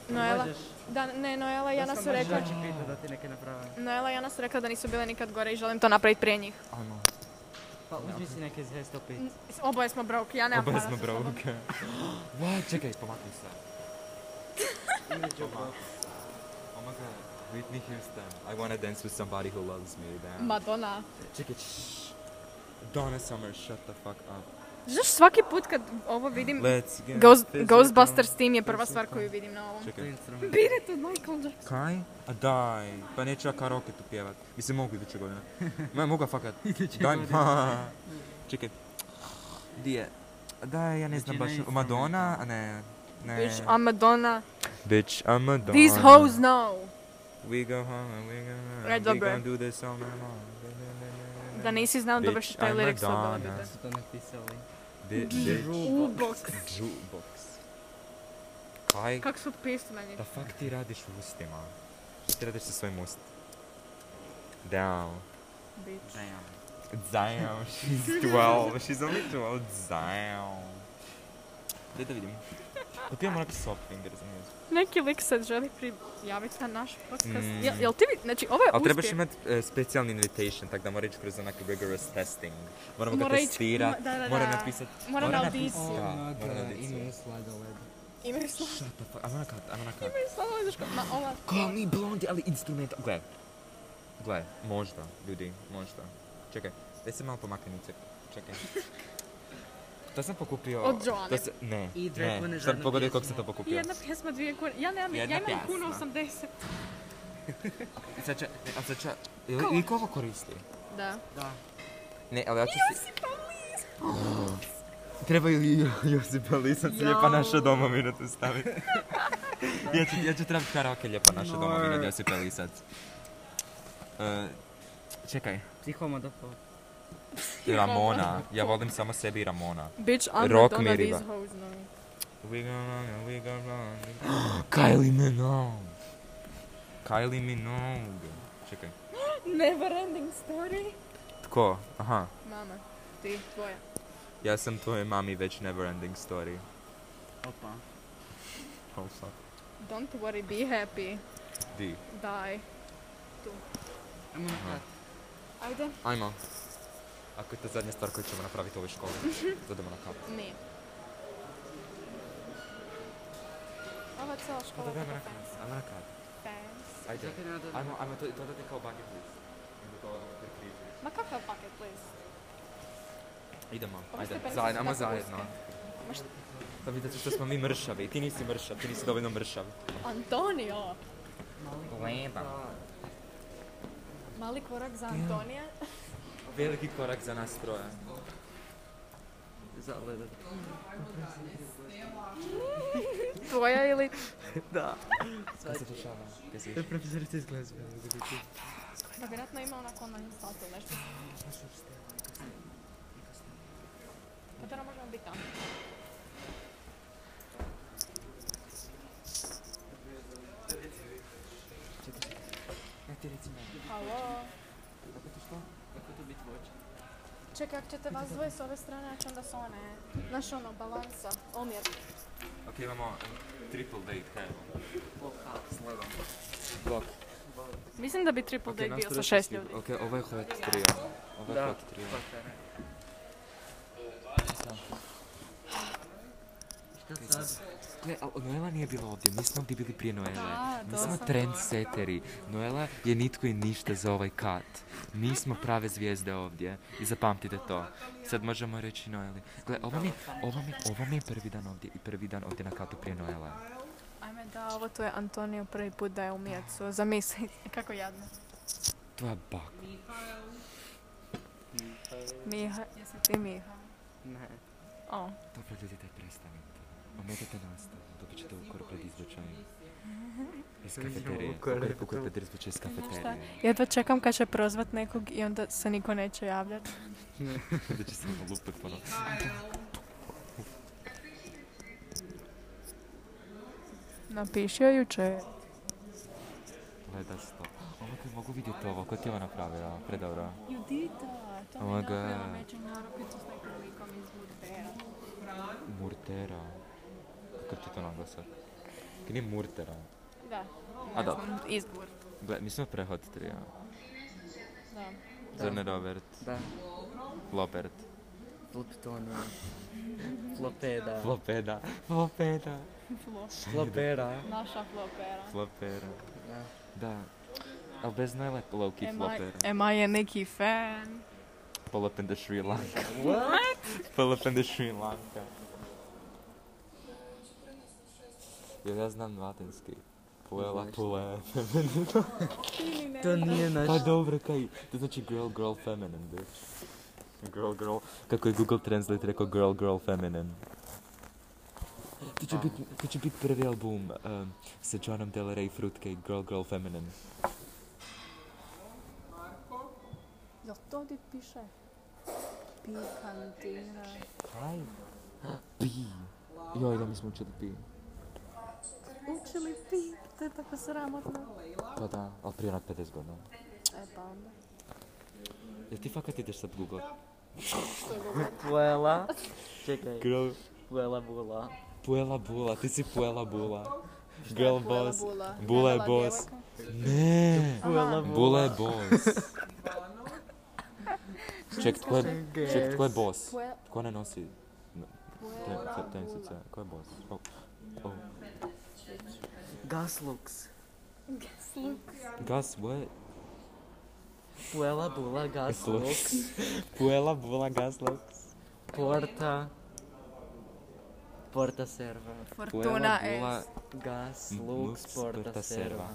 Speaker 2: Noela,
Speaker 6: Možeš.
Speaker 2: da, ne, Noela i
Speaker 3: pa
Speaker 2: Jana su rekla...
Speaker 6: Možeš pita Pa da ti neke naprave.
Speaker 2: Noela i Jana su rekla da nisu bile nikad gore i želim to napraviti prije njih.
Speaker 3: Ajmo.
Speaker 6: Pa uzmi si neke zvijeste opet.
Speaker 2: N- Oboje smo broke, ja nemam
Speaker 3: Oboje
Speaker 2: para
Speaker 3: smo
Speaker 2: sa sobom.
Speaker 3: broke. Wow, čekaj, pomakni se. Pomakni se. Oh my god, Whitney Houston. I wanna dance with somebody who loves me, damn.
Speaker 2: Madonna.
Speaker 3: Čekaj, shh. Donna Summer, shut the fuck up.
Speaker 2: Znaš, svaki put kad ovo vidim,
Speaker 3: Let's get
Speaker 2: Ghost,
Speaker 3: physical.
Speaker 2: Ghostbusters team je prva stvar koju vidim na ovom.
Speaker 3: Čekaj.
Speaker 2: Biret od Michael Jackson.
Speaker 3: Kaj? A daj, pa neću ja karaoke tu pjevat. Mislim, mogu iduće godine. Ma, mogu ja fakat. Daj,
Speaker 6: godine.
Speaker 3: ma. Čekaj. Di je? A Daj, ja ne znam
Speaker 6: Većina
Speaker 3: baš.
Speaker 6: informatora.
Speaker 3: Madonna? A ne. Ne.
Speaker 2: Bitch, I'm Madonna.
Speaker 3: Bitch, I'm Madonna.
Speaker 2: These hoes know.
Speaker 3: We go home and we go home.
Speaker 2: Red
Speaker 3: We
Speaker 2: Zebra.
Speaker 3: gonna do this all night long.
Speaker 2: Da nisi znao dobro
Speaker 3: Bitch,
Speaker 2: što taj
Speaker 3: I'm
Speaker 2: lirik su
Speaker 3: Madonna.
Speaker 2: obavljate.
Speaker 6: Su to napisali.
Speaker 3: Bi- bitch.
Speaker 2: Ubox.
Speaker 3: Jukebox. Kaj?
Speaker 2: Kak su pismeni.
Speaker 3: Da fakt ti radiš u ustima? Šta ti radiš sa svojim ust? Down.
Speaker 2: Bitch.
Speaker 3: Damn, she's 12. she's only 12. Damn. Daj da vidim. Pa ti imamo neki soft finger, razumiješ?
Speaker 2: Neki lik se želi prijaviti na naš podcast.
Speaker 3: Mm.
Speaker 2: Jel, jel ti vi, znači ovo je
Speaker 3: Ali trebaš
Speaker 2: uspjeh.
Speaker 3: imati e, specijalni invitation, tako da mora ići kroz onak rigorous testing. Moramo ga
Speaker 2: Mora ići-
Speaker 3: testirat,
Speaker 2: da, da, da.
Speaker 3: mora napisat...
Speaker 2: Mora na
Speaker 3: napis-
Speaker 2: audiciju.
Speaker 6: Oh,
Speaker 3: Da, mora na
Speaker 6: Ime
Speaker 3: audiciju.
Speaker 6: je sladoled.
Speaker 2: Imaju slo-
Speaker 3: Shut the fuck, I'm gonna cut, I'm gonna cut.
Speaker 2: imaju slova izraška. Ma ova...
Speaker 3: Glavni blondi, ali instrument... Gle. Gle, možda, ljudi, možda. Čekaj, daj se malo pomakni cek. Čekaj. To sam pokupio...
Speaker 2: Od Joane.
Speaker 3: to se- ne,
Speaker 6: I Drake One
Speaker 3: ne.
Speaker 6: je
Speaker 3: Sad
Speaker 6: zadnju
Speaker 3: pogodi
Speaker 6: pjesmu.
Speaker 3: kako sam to pokupio.
Speaker 2: Jedna pjesma, dvije kune. Ja nemam, ja
Speaker 3: Jedna
Speaker 2: imam
Speaker 3: pjesma.
Speaker 2: kunu 80.
Speaker 3: Sad će, ne, a sad će... Ili,
Speaker 2: Ko?
Speaker 3: ili ko ovo koristi?
Speaker 2: Da.
Speaker 6: Da.
Speaker 3: Ne, ali ja ću si... Treba i Jo- Josipa Lisa lijepa naša domovina tu staviti. ja ću, ja ću trebati karaoke lijepa naša
Speaker 6: Nor.
Speaker 3: domovina od Josipa Lisac. E, čekaj,
Speaker 6: Psihomoda pop.
Speaker 3: Ramona. Ja volim samo sebi i Ramona.
Speaker 2: Bitch, I'm
Speaker 3: Rock
Speaker 2: Madonna
Speaker 3: mi
Speaker 2: these
Speaker 3: riba.
Speaker 2: hoes know.
Speaker 3: We go wrong and we go wrong. Kylie Minogue. Kylie Minogue. Čekaj.
Speaker 2: Never ending story.
Speaker 3: Tko? Aha.
Speaker 2: Mama, ti, tvoja.
Speaker 3: Ja sam tvojoj mami već never ending story.
Speaker 6: Opa.
Speaker 3: Oh fuck.
Speaker 2: Don't worry, be happy.
Speaker 3: Di.
Speaker 2: Die. Tu.
Speaker 3: Aha.
Speaker 2: Ajde.
Speaker 3: Ajmo. Ako je to zadnja stvar koju ćemo napraviti u ovoj školi, da idemo na kafu.
Speaker 2: Nije. Ova cijela škola je tako
Speaker 3: Ajmo na
Speaker 2: fancy.
Speaker 3: kafu. Ajmo na kafu.
Speaker 2: Fancy.
Speaker 3: Ajde. Ajmo, ajmo to, to dati kao bucket list. Onda to ono prekriži.
Speaker 2: Ma kakav bucket list?
Speaker 3: Idemo,
Speaker 2: Ove
Speaker 3: ajde,
Speaker 2: stepenice su
Speaker 3: zajedno, ajmo
Speaker 2: tako
Speaker 3: zajedno.
Speaker 2: uske. Ma šta-
Speaker 3: Da vidite što smo mi mršavi, ti nisi mršav, ti nisi dovoljno mršav.
Speaker 2: Antonio!
Speaker 3: Leba.
Speaker 2: Mali korak za Antonija.
Speaker 3: Veliki korak za nas troje.
Speaker 6: Za leda.
Speaker 2: Tvoja ili...
Speaker 6: Da.
Speaker 3: Kaj se dešava? Kaj se
Speaker 6: To je
Speaker 3: više?
Speaker 6: profesorica iz glazbe. ono, za koju ti-
Speaker 2: Da, vjerojatno ima onako online sat ili nešto. Pa da ne možemo biti tamo.
Speaker 6: Ja ti reci meni.
Speaker 2: Halo?
Speaker 6: Kako to što? Kako to biti voće?
Speaker 2: Čekaj, ako ćete vas dvoje s ove strane, ja ću onda s one. Znaš ono, balansa, omjer.
Speaker 3: Ok, imamo triple date, hej. Sledam. Blok.
Speaker 2: Mislim da bi triple
Speaker 3: Ok,
Speaker 2: date
Speaker 3: nas
Speaker 2: bio sa
Speaker 3: troje
Speaker 2: šest
Speaker 3: smo
Speaker 2: ljudi.
Speaker 3: svi- Ok, ovo je hot trio. Ovo je
Speaker 6: Da,
Speaker 3: hot trio.
Speaker 6: fuck that. Šta sad?
Speaker 3: Gle, ali Noela nije bila ovdje, mi smo ovdje bili prije Noele.
Speaker 2: Da,
Speaker 3: Mi
Speaker 2: to
Speaker 3: smo
Speaker 2: sam-
Speaker 3: trendseteri. Noela je nitko i ništa za ovaj kat. Mi smo prave zvijezde ovdje i zapamtite to. Sad možemo reći Noeli. Gle, ovo mi, ovo mi, ovo mi je prvi dan ovdje i prvi dan ovdje na katu prije Noela.
Speaker 2: Ajme da, ovo tu je Antonio prvi put da je u Mijacu. Zamisli, kako jadno.
Speaker 3: Tvoja baka.
Speaker 2: Miha, jesi ti Miha?
Speaker 6: Ne.
Speaker 2: O.
Speaker 3: Dobro ljudi, daj prestanite. Ometate nastavu, dobit ćete ukor pred izbačaj. Iz kafeterije,
Speaker 6: Ukor.
Speaker 3: ukor, ukor pred izbačaj iz kafeterije.
Speaker 2: Jedva čekam kad će prozvat nekog i onda se niko neće javljati.
Speaker 3: da će se mu lupit ono.
Speaker 2: Napiši joj juče.
Speaker 3: Gleda sto. Ovo kad mogu vidjeti ovo, ko ti je ovo napravila? Predobro.
Speaker 8: You did that.
Speaker 3: Oh my god.
Speaker 8: matching narukicu s nekim likom iz Budbera.
Speaker 3: Murtera. Kakav će to naglasak? Kaj nije Murtera?
Speaker 2: Da.
Speaker 3: A da.
Speaker 2: Izbor.
Speaker 3: Gle, mi smo prehod trija.
Speaker 2: Da.
Speaker 3: Zorne Robert.
Speaker 6: Da.
Speaker 3: Flopert.
Speaker 6: Floptona. Flopeda.
Speaker 3: Flopeda. Flopeda.
Speaker 6: Flopera.
Speaker 2: Naša flopera.
Speaker 3: Flopera. Da. Ali bez Noela je low-key flopera.
Speaker 2: Ema je neki fan.
Speaker 3: Pull up in the Sri Lanka.
Speaker 2: What?
Speaker 3: Pull up in the Sri Lanka. Jer ja znam latinski. Pulela, pule, feminine.
Speaker 6: To nije naš-
Speaker 3: Pa dobro, kaj? To znači girl, girl, feminine, bitch. Girl, girl. Kako je Google Translate rekao girl, girl, feminine. To će biti, to će biti prvi album um, sa Johnom Del Rey Fruitcake, Girl, Girl, Feminine.
Speaker 2: Jel to ovdje piše? Pikantina.
Speaker 3: Kaj? Pi. Joj, da mi smo učili pi.
Speaker 2: Učili pi, to je no. tako sramotno.
Speaker 3: Pa da, ali prije onak 50 godina.
Speaker 2: E pa onda.
Speaker 3: Jel ti fakat ideš sad Google?
Speaker 6: Puela. Čekaj.
Speaker 3: Girl,
Speaker 6: Puela bula.
Speaker 3: Puela Bula, ti si Puela Bula. Girl
Speaker 6: Puela
Speaker 3: boss.
Speaker 6: Bula?
Speaker 3: Bula je
Speaker 6: Debela
Speaker 3: boss.
Speaker 6: djevojka?
Speaker 3: Ne.
Speaker 6: Puela
Speaker 3: Bula je
Speaker 6: Bula.
Speaker 3: boss. é- Ček, tko je,
Speaker 6: Guess.
Speaker 3: ček, tko je boss? é
Speaker 6: Pue-
Speaker 3: Tko ne nosi no, te-
Speaker 6: Puela
Speaker 3: te- tenisice? Tko je boss? Oh. Oh.
Speaker 6: Gaslux.
Speaker 3: Gus, what?
Speaker 6: Puela bula gaslux.
Speaker 3: Puela Bula Gaslux.
Speaker 6: Porta. Porta serva.
Speaker 2: Fortuna
Speaker 3: Puela
Speaker 2: est.
Speaker 3: Bula
Speaker 6: Gas,
Speaker 3: M-
Speaker 6: lux, porta serva.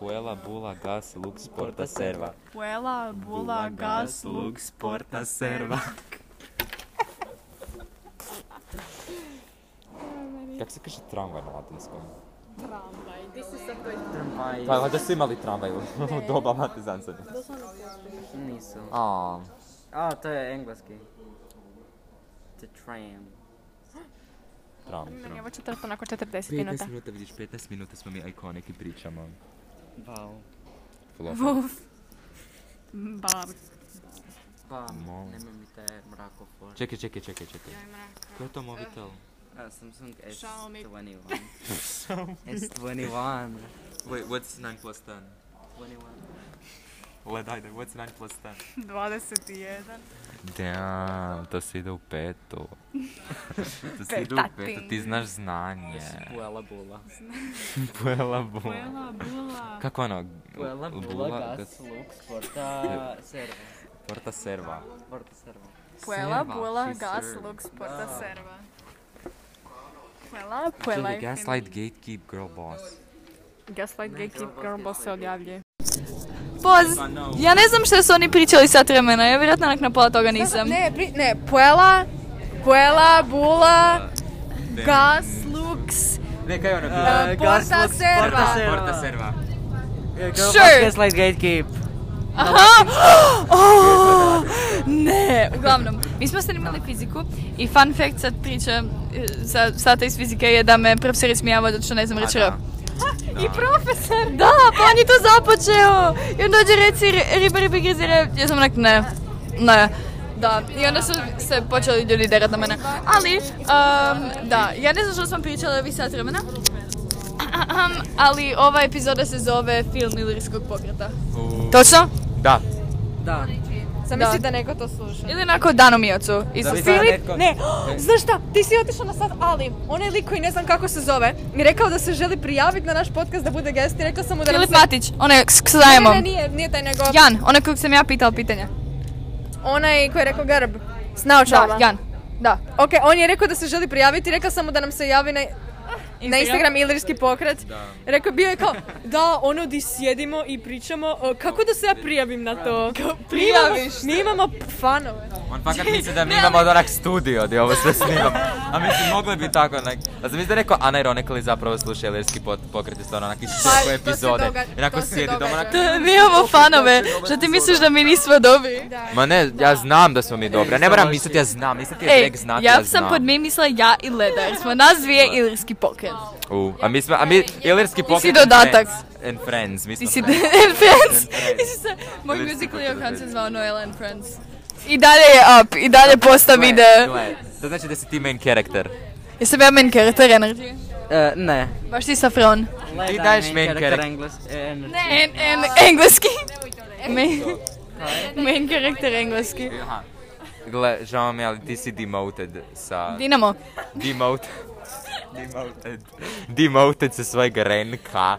Speaker 3: Puela Bula Gas Lux Porta
Speaker 6: Porta
Speaker 3: Serva.
Speaker 2: Puela, bula, gas, luk.
Speaker 3: Porta Serva. Kako se kaže tramvaj na latinskom?
Speaker 2: Tramvaj, di si sad to
Speaker 6: Tramvaj.
Speaker 3: Pa valjda su imali tramvaj u u doba Mate Zanzane.
Speaker 6: Nisam.
Speaker 3: A,
Speaker 6: A, to je engleski. The tram.
Speaker 3: Tram.
Speaker 2: Meni je ovo četvrto nakon 40 minuta.
Speaker 3: 15 minuta, vidiš, 15 minuta smo mi iconic i pričamo.
Speaker 6: Wow.
Speaker 3: Flofa.
Speaker 2: Bab.
Speaker 6: Pa,
Speaker 3: Molim.
Speaker 6: nemoj mi te mrakofor.
Speaker 3: Čekaj, čekaj, čekaj, čekaj.
Speaker 6: Joj, mraka.
Speaker 3: Ko je to mobitel?
Speaker 6: A, Ah, Samsung é
Speaker 2: Xiaomi.
Speaker 6: S21.
Speaker 3: Xiaomi.
Speaker 6: S21.
Speaker 3: Wait, what's 9 plus 10?
Speaker 6: 21.
Speaker 3: Led, ajde, what's 9 plus 10?
Speaker 2: 21.
Speaker 3: Damn, to se ide u petu. to se ide u petu, ti znaš znanje.
Speaker 6: Puela bula.
Speaker 3: Puela bula.
Speaker 6: Puela bula.
Speaker 3: Kako ono?
Speaker 6: Puela
Speaker 3: l-
Speaker 6: bula,
Speaker 3: gas-
Speaker 6: gas, lux, porta, serva.
Speaker 3: Porta serva.
Speaker 6: Porta serva.
Speaker 2: Puela,
Speaker 3: Serva,
Speaker 2: Puela,
Speaker 3: she
Speaker 2: Gas,
Speaker 3: served.
Speaker 2: Lux, Porta,
Speaker 6: Da.
Speaker 2: Serva. Puela, Puela
Speaker 3: Čekaj,
Speaker 2: i
Speaker 3: gaslight, gatekeep, girl boss.
Speaker 2: Gaslight Gatekeep Girl Boss se odjavljuje.
Speaker 1: Poz, ja ne znam šta su oni pričali sat vremena, ja vjerojatno nek na pola toga nisam.
Speaker 5: Ne, pri, ne, Puela, Puela, Bula,
Speaker 3: Damn.
Speaker 5: Gas, Lux,
Speaker 6: Ne, kaj je ono
Speaker 5: bilo? E, Porta serva.
Speaker 3: Porta serva.
Speaker 1: Sure.
Speaker 6: Gaslight gatekeep.
Speaker 1: Aha! Oh, ne, uglavnom, mi smo snimali fiziku i fun fact sad priče e, sa sata iz fizike je da me profesor ismijava zato što ne znam reći R.
Speaker 20: I profesor!
Speaker 1: Da, pa on je to započeo! I on dođe reci ri- riba, riba, grizi, rep. Ja sam onak, ne, ne. Da, i onda su se počeli ljudi derat na mene. Ali, em, da, ja ne znam što smo pričali ovih sat vremena. Ahem, Ali ova epizoda se zove film ilirskog pokreta. Točno?
Speaker 3: Da.
Speaker 6: Da.
Speaker 1: Sam
Speaker 5: misli da neko to sluša.
Speaker 1: Ili onako danomiocu. Iz...
Speaker 5: Da
Speaker 1: Da
Speaker 5: bi Filip, ne, znaš šta, ti si otišao na sad Ali, onaj lik koji ne znam kako se zove, mi je rekao da se želi prijaviti na naš podcast da bude guest i rekla sam mu da nam
Speaker 1: Filip
Speaker 5: se-
Speaker 1: Matić, onaj s s
Speaker 5: Ne, ne,
Speaker 1: zajmom.
Speaker 5: nije, nije taj nego
Speaker 1: Jan, onaj kojeg sam ja pitala pitanja.
Speaker 5: onaj koji je rekao garb. S naočalama.
Speaker 1: Da, Jan. Da.
Speaker 5: Ok, on je rekao da se želi prijaviti, rekla sam mu da nam se javi na,
Speaker 1: Ah,
Speaker 5: na Instagram Ilirski pokret. Rekao bio je kao, da, ono di sjedimo i pričamo, o, kako da se ja prijavim na to?
Speaker 1: Prijaviš
Speaker 5: Mi imamo, mi imamo fanove.
Speaker 3: On fakat misli da mi imamo od onak studio gdje ovo sve snimamo. A mislim, mogli bi tako onak... A sam da rekao unironically zapravo sluša Elerski pokret je stvarno onak iz
Speaker 1: Pa, to
Speaker 3: četvrve
Speaker 1: se
Speaker 3: epizode.
Speaker 1: događa-
Speaker 3: I onako
Speaker 1: to se
Speaker 3: sjedi doma onak...
Speaker 1: Da, Mi imamo fanove, što ti misliš da mi nismo dobri?
Speaker 3: Ma ne, ja znam da smo mi dobri. Ja ne moram misliti, ja znam. Nisam ti E, je
Speaker 1: Ej,
Speaker 3: Greg znati, ja
Speaker 1: ja sam
Speaker 3: znam.
Speaker 1: pod mi mislila ja i Leda, jer smo nas dvije ilirski pokret.
Speaker 3: U, a mi smo, a mi, Ilerski pokret
Speaker 1: si
Speaker 3: and
Speaker 1: dodatak.
Speaker 3: friends- And friends, mi
Speaker 1: Ti
Speaker 3: smo
Speaker 1: si
Speaker 3: friends.
Speaker 1: Friends.
Speaker 3: Friends.
Speaker 1: Isuse, Moj
Speaker 3: Ilirski
Speaker 1: musical
Speaker 3: pokret
Speaker 1: je kad se
Speaker 3: friends.
Speaker 1: zvao Noel and Friends. I dalje je up, i dalje posta
Speaker 3: Gle,
Speaker 1: vide.
Speaker 3: gle, To znači da si ti main character.
Speaker 1: Jesam ja main character energy?
Speaker 6: ne.
Speaker 1: Baš ti Safron.
Speaker 3: Ti daješ main
Speaker 6: character
Speaker 3: character.
Speaker 6: Engles, en,
Speaker 1: Ne, en,
Speaker 5: Né.
Speaker 1: en, engleski. Main, main character engleski.
Speaker 3: Aha. Gle, žao mi, je, ali ti si demoted sa...
Speaker 1: Dinamo.
Speaker 3: Demoted. Demoted. Demoted
Speaker 6: dus
Speaker 3: sa svojeg renka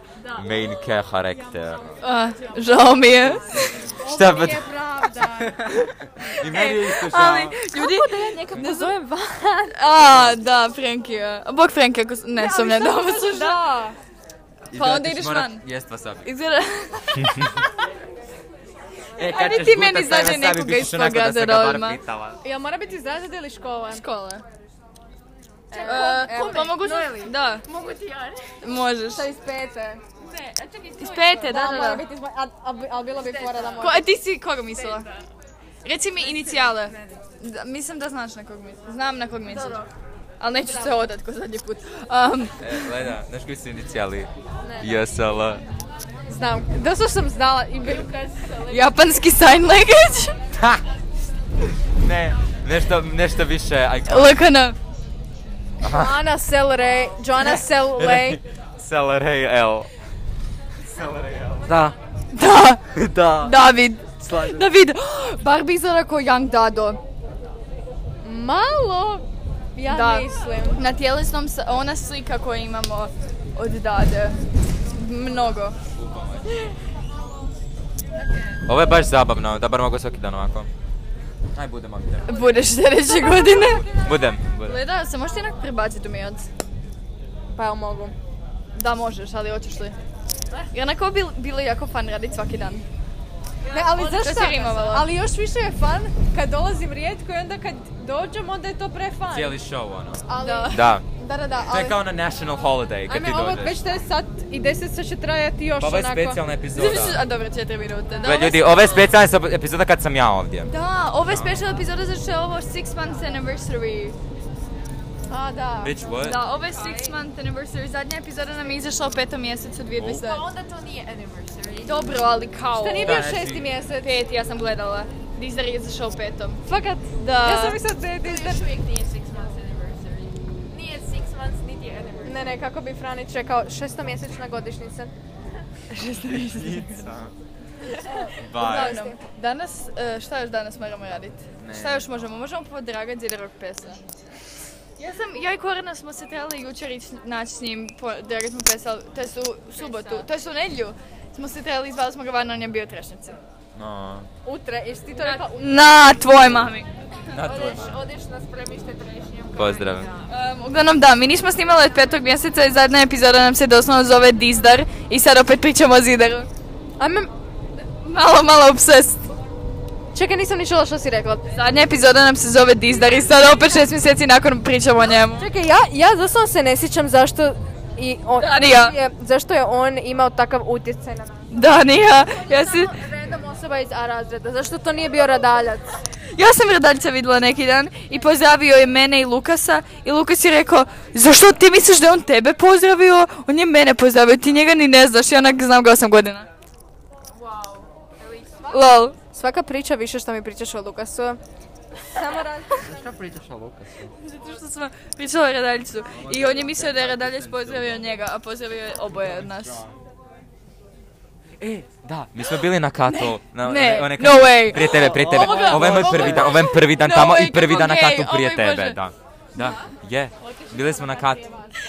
Speaker 3: main
Speaker 6: eh.
Speaker 3: character.
Speaker 1: A, žao mi je.
Speaker 3: Šta pa...
Speaker 20: pravda.
Speaker 3: I meni je
Speaker 6: dus,
Speaker 3: isto
Speaker 6: eh,
Speaker 1: Ali,
Speaker 3: žao.
Speaker 1: ljudi...
Speaker 20: Kako da ja nekako nazovem van?
Speaker 1: A, da, Frenki. Bog Frenki, ako... s- Ne, sam ne, da ovo su
Speaker 5: Da.
Speaker 1: Pa onda
Speaker 3: ćeš
Speaker 6: dus
Speaker 1: ideš
Speaker 3: morat
Speaker 1: van.
Speaker 3: Jest wasabi.
Speaker 1: Izgleda...
Speaker 3: E,
Speaker 1: kad
Speaker 6: dus
Speaker 1: Ajde ćeš ti meni gutat taj zađe wasabi, nekoga bit ćeš iz onako da se ga bar Pagadorma.
Speaker 3: pitala.
Speaker 5: Jel mora biti iz razreda ili škola?
Speaker 1: Škola. E, pa mogu se... Da,
Speaker 21: Mogu ti ja reći?
Speaker 1: možeš.
Speaker 5: Šta iz pete?
Speaker 21: Ne, a čekaj,
Speaker 1: Iz pete, da, da,
Speaker 5: mora
Speaker 1: da.
Speaker 5: biti iz... a- a- Ali bilo bi fora da
Speaker 1: Ko,
Speaker 5: mora.
Speaker 1: a ti si koga mislila? Reci mi inicijale. Da, mislim da znaš na kog misliš. Znam na kog misliš. Ali neću se odat ko zadnji put. Um,
Speaker 6: Eh,
Speaker 3: E, Lena, znaš koji su inicijali? JSL.
Speaker 5: Znam, da su sam znala i bi...
Speaker 1: japanski sign language?
Speaker 3: Ne, nešto, nešto više iconic.
Speaker 1: Lekana.
Speaker 3: Aha.
Speaker 5: Ana Sel Rey, Joanna Sel Rey.
Speaker 3: Celery L.
Speaker 6: Da.
Speaker 1: Da.
Speaker 6: da.
Speaker 1: David.
Speaker 6: Slažem.
Speaker 1: David. Barbie izgleda kao Young Dado.
Speaker 5: Malo, ja
Speaker 1: da.
Speaker 5: mislim.
Speaker 1: Na tjelesnom, s- ona slika koju imamo od Dade. Mnogo.
Speaker 3: Ovo je baš zabavno, da bar mogu svaki dan ovako. Aj, budem ovdje.
Speaker 1: Budeš sljedeće godine.
Speaker 3: Budem, budem.
Speaker 1: Gleda, se možete jednak prebaciti u mijac?
Speaker 5: Pa jel mogu?
Speaker 1: Da, možeš, ali hoćeš li? I onako bi bilo jako fan radit svaki dan.
Speaker 5: Ne, ali
Speaker 1: Ono što
Speaker 5: znaš
Speaker 1: si
Speaker 5: šta?
Speaker 1: rimovala.
Speaker 5: Ali još više je fan kad dolazim rijetko i onda kad dođem onda je to pre fan.
Speaker 3: Cijeli show, ono.
Speaker 5: Ali,
Speaker 3: Da.
Speaker 2: Da, da, da,
Speaker 3: To
Speaker 2: ali...
Speaker 3: je kao na national holiday kad ti
Speaker 2: Ajme, ovo
Speaker 3: dođeš.
Speaker 2: već 40 sat i 10 sat će trajati još
Speaker 3: Pa ovo je
Speaker 2: onako.
Speaker 3: specijalna epizoda.
Speaker 2: A dobro, 4 minute.
Speaker 3: Gle, ljudi, ovo je specijalna sab- epizoda kad sam ja ovdje.
Speaker 1: Da, ovo je special epizoda zato što je ovo six months anniversary.
Speaker 2: A, da.
Speaker 3: Bitch, what?
Speaker 1: Da, ovo je six month anniversary. Zadnja epizoda nam je izašla u petom mjesecu 2020.
Speaker 5: Pa onda to nije anniversary.
Speaker 1: Dobro, ali kao...
Speaker 2: Šta nije bio Da, šesti znači- mjesec?
Speaker 1: Pet, ja sam gledala. Dizar je izašao u petom.
Speaker 2: Fakat?
Speaker 1: Da.
Speaker 2: Ja sam mislila da je
Speaker 5: To još uvijek nije six months anniversary. Nije six months, niti je anniversary.
Speaker 2: Ne, ne, kako bi Franić rekao, šestomjesečna godišnjica.
Speaker 7: Šestomjesečna.
Speaker 3: Bye.
Speaker 1: Uglavnom, danas, e, šta još danas moramo raditi?
Speaker 3: Ne.
Speaker 1: Šta još možemo? Možemo podragati Zidarog pesa. Ja sam, ja i Korana smo se trebali jučer ići naći s njim, podragati mu pesa, ali to jest u subotu, to jest u nedlju. Smo se trebali, izvali smo ga van, on je bio u trešnjaci.
Speaker 3: No.
Speaker 2: Utre, jesi ti to rekla?
Speaker 1: Na tvoj mami.
Speaker 3: Na tvoj
Speaker 5: Odeš, odeš na spremište trešnjom.
Speaker 3: Pozdrav.
Speaker 1: Um, uglavnom da, mi nismo snimali od petog mjeseca i zadnja epizoda nam se doslovno zove Dizdar i sad opet pričamo o Zidaru.
Speaker 2: Ajme,
Speaker 1: Malo, malo obsest.
Speaker 2: čekaj, nisam ni čula što si rekla.
Speaker 1: Zadnja epizoda nam se zove Dizdar i sad opet šest mjeseci nakon pričamo o njemu.
Speaker 2: Čekaj, ja, ja doslovno se ne sjećam zašto i on,
Speaker 1: Da, ni ja.
Speaker 2: je- zašto je on imao takav utjecaj na nas.
Speaker 1: Da, nije. Ja, si,
Speaker 2: Random osoba iz A razreda, zašto to nije bio radaljac?
Speaker 1: ja sam Radaljca vidjela neki dan i pozdravio je mene i Lukasa i Lukas je rekao zašto ti misliš da je on tebe pozdravio? On je mene pozdravio, ti njega ni ne znaš, ja onak znam ga 8 godina. Lol.
Speaker 2: Svaka priča više što mi pričaš o Lukasu. Samo raz...
Speaker 6: Šta pričaš o Lukasu?
Speaker 1: Zato što sam pričala o Radaljcu i on je mislio da je Radaljac E pozdravio njega, a pozdravio je oboje od nas.
Speaker 3: E, da, mi smo bili na katu. Na,
Speaker 1: Ne,
Speaker 3: one- one-
Speaker 1: no way.
Speaker 3: Prije tebe, prije tebe.
Speaker 1: Ovoga-
Speaker 3: Ovo je moj
Speaker 1: ovoga-
Speaker 3: prvi dan, ovo je prvi dan
Speaker 1: No
Speaker 3: tamo
Speaker 1: way,
Speaker 3: i prvi
Speaker 1: kako
Speaker 3: dan na
Speaker 1: gej,
Speaker 3: katu
Speaker 1: ovaj
Speaker 3: prije
Speaker 1: Bože.
Speaker 3: tebe, da. Da, je. Bili smo na katu.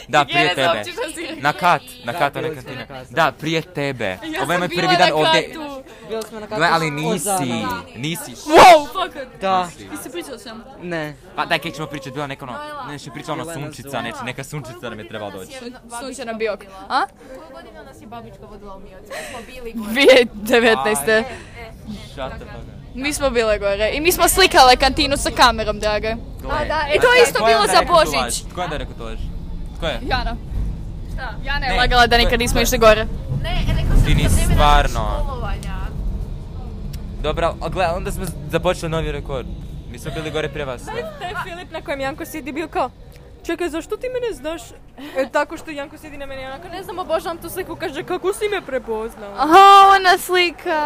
Speaker 3: Da, prije
Speaker 1: Jere,
Speaker 3: tebe.
Speaker 1: uopće što si rekla.
Speaker 3: Na kat, na
Speaker 1: Da,
Speaker 3: kat, one
Speaker 1: bili smo na
Speaker 3: kantine.
Speaker 1: katu.
Speaker 3: Da, prije tebe.
Speaker 1: Ja
Speaker 3: Ovo je
Speaker 1: sam
Speaker 3: moj
Speaker 1: bila
Speaker 3: prvi dan
Speaker 1: na
Speaker 3: ovdje.
Speaker 1: katu.
Speaker 6: Bili smo na katu
Speaker 3: Gle, ali
Speaker 6: od
Speaker 3: nisi,
Speaker 6: Zorana.
Speaker 3: nisi.
Speaker 1: Wow, fakat.
Speaker 6: Da.
Speaker 1: Ti se pričala s njom?
Speaker 6: Ne.
Speaker 3: Pa daj, kaj ćemo pričati, bila neka ono, nešto je pričala ona
Speaker 6: Jelena
Speaker 3: sunčica,
Speaker 6: Zorana.
Speaker 3: neće, neka sunčica nam je trebala doći.
Speaker 1: Sunčana Biok. A?
Speaker 5: Koju godinu nas je babička vodila u Mijocu? Smo bili gore.
Speaker 1: 2019.
Speaker 3: Shut the fuck up.
Speaker 1: Mi smo bile gore i mi smo slikale kantinu sa kamerom, drage.
Speaker 3: Gle.
Speaker 1: da, e, to je isto
Speaker 3: Tko je
Speaker 1: bilo
Speaker 3: onda
Speaker 1: za
Speaker 3: rekao tu
Speaker 1: Božić.
Speaker 3: laž? Tko je da rekao to laž? Tko je?
Speaker 1: Jana. Šta? Jana je
Speaker 3: Ne,
Speaker 1: lagala da
Speaker 3: to je-
Speaker 1: nikad nismo
Speaker 3: to je-
Speaker 1: išli gore.
Speaker 5: Ne, rekao sam
Speaker 3: Ti nisi
Speaker 5: za vrijeme našeg
Speaker 3: stvarno.
Speaker 5: školovanja.
Speaker 3: Dobro, a gle, onda smo započeli novi rekord. Mi smo bili gore prije vas.
Speaker 2: Taj Filip na kojem Janko sjedi bio kao, čekaj, zašto ti mene znaš? E, tako što Janko sjedi na meni, onako, ne znam, obožavam tu sliku, kaže, kako si me prepoznao?
Speaker 1: Aha, ona slika.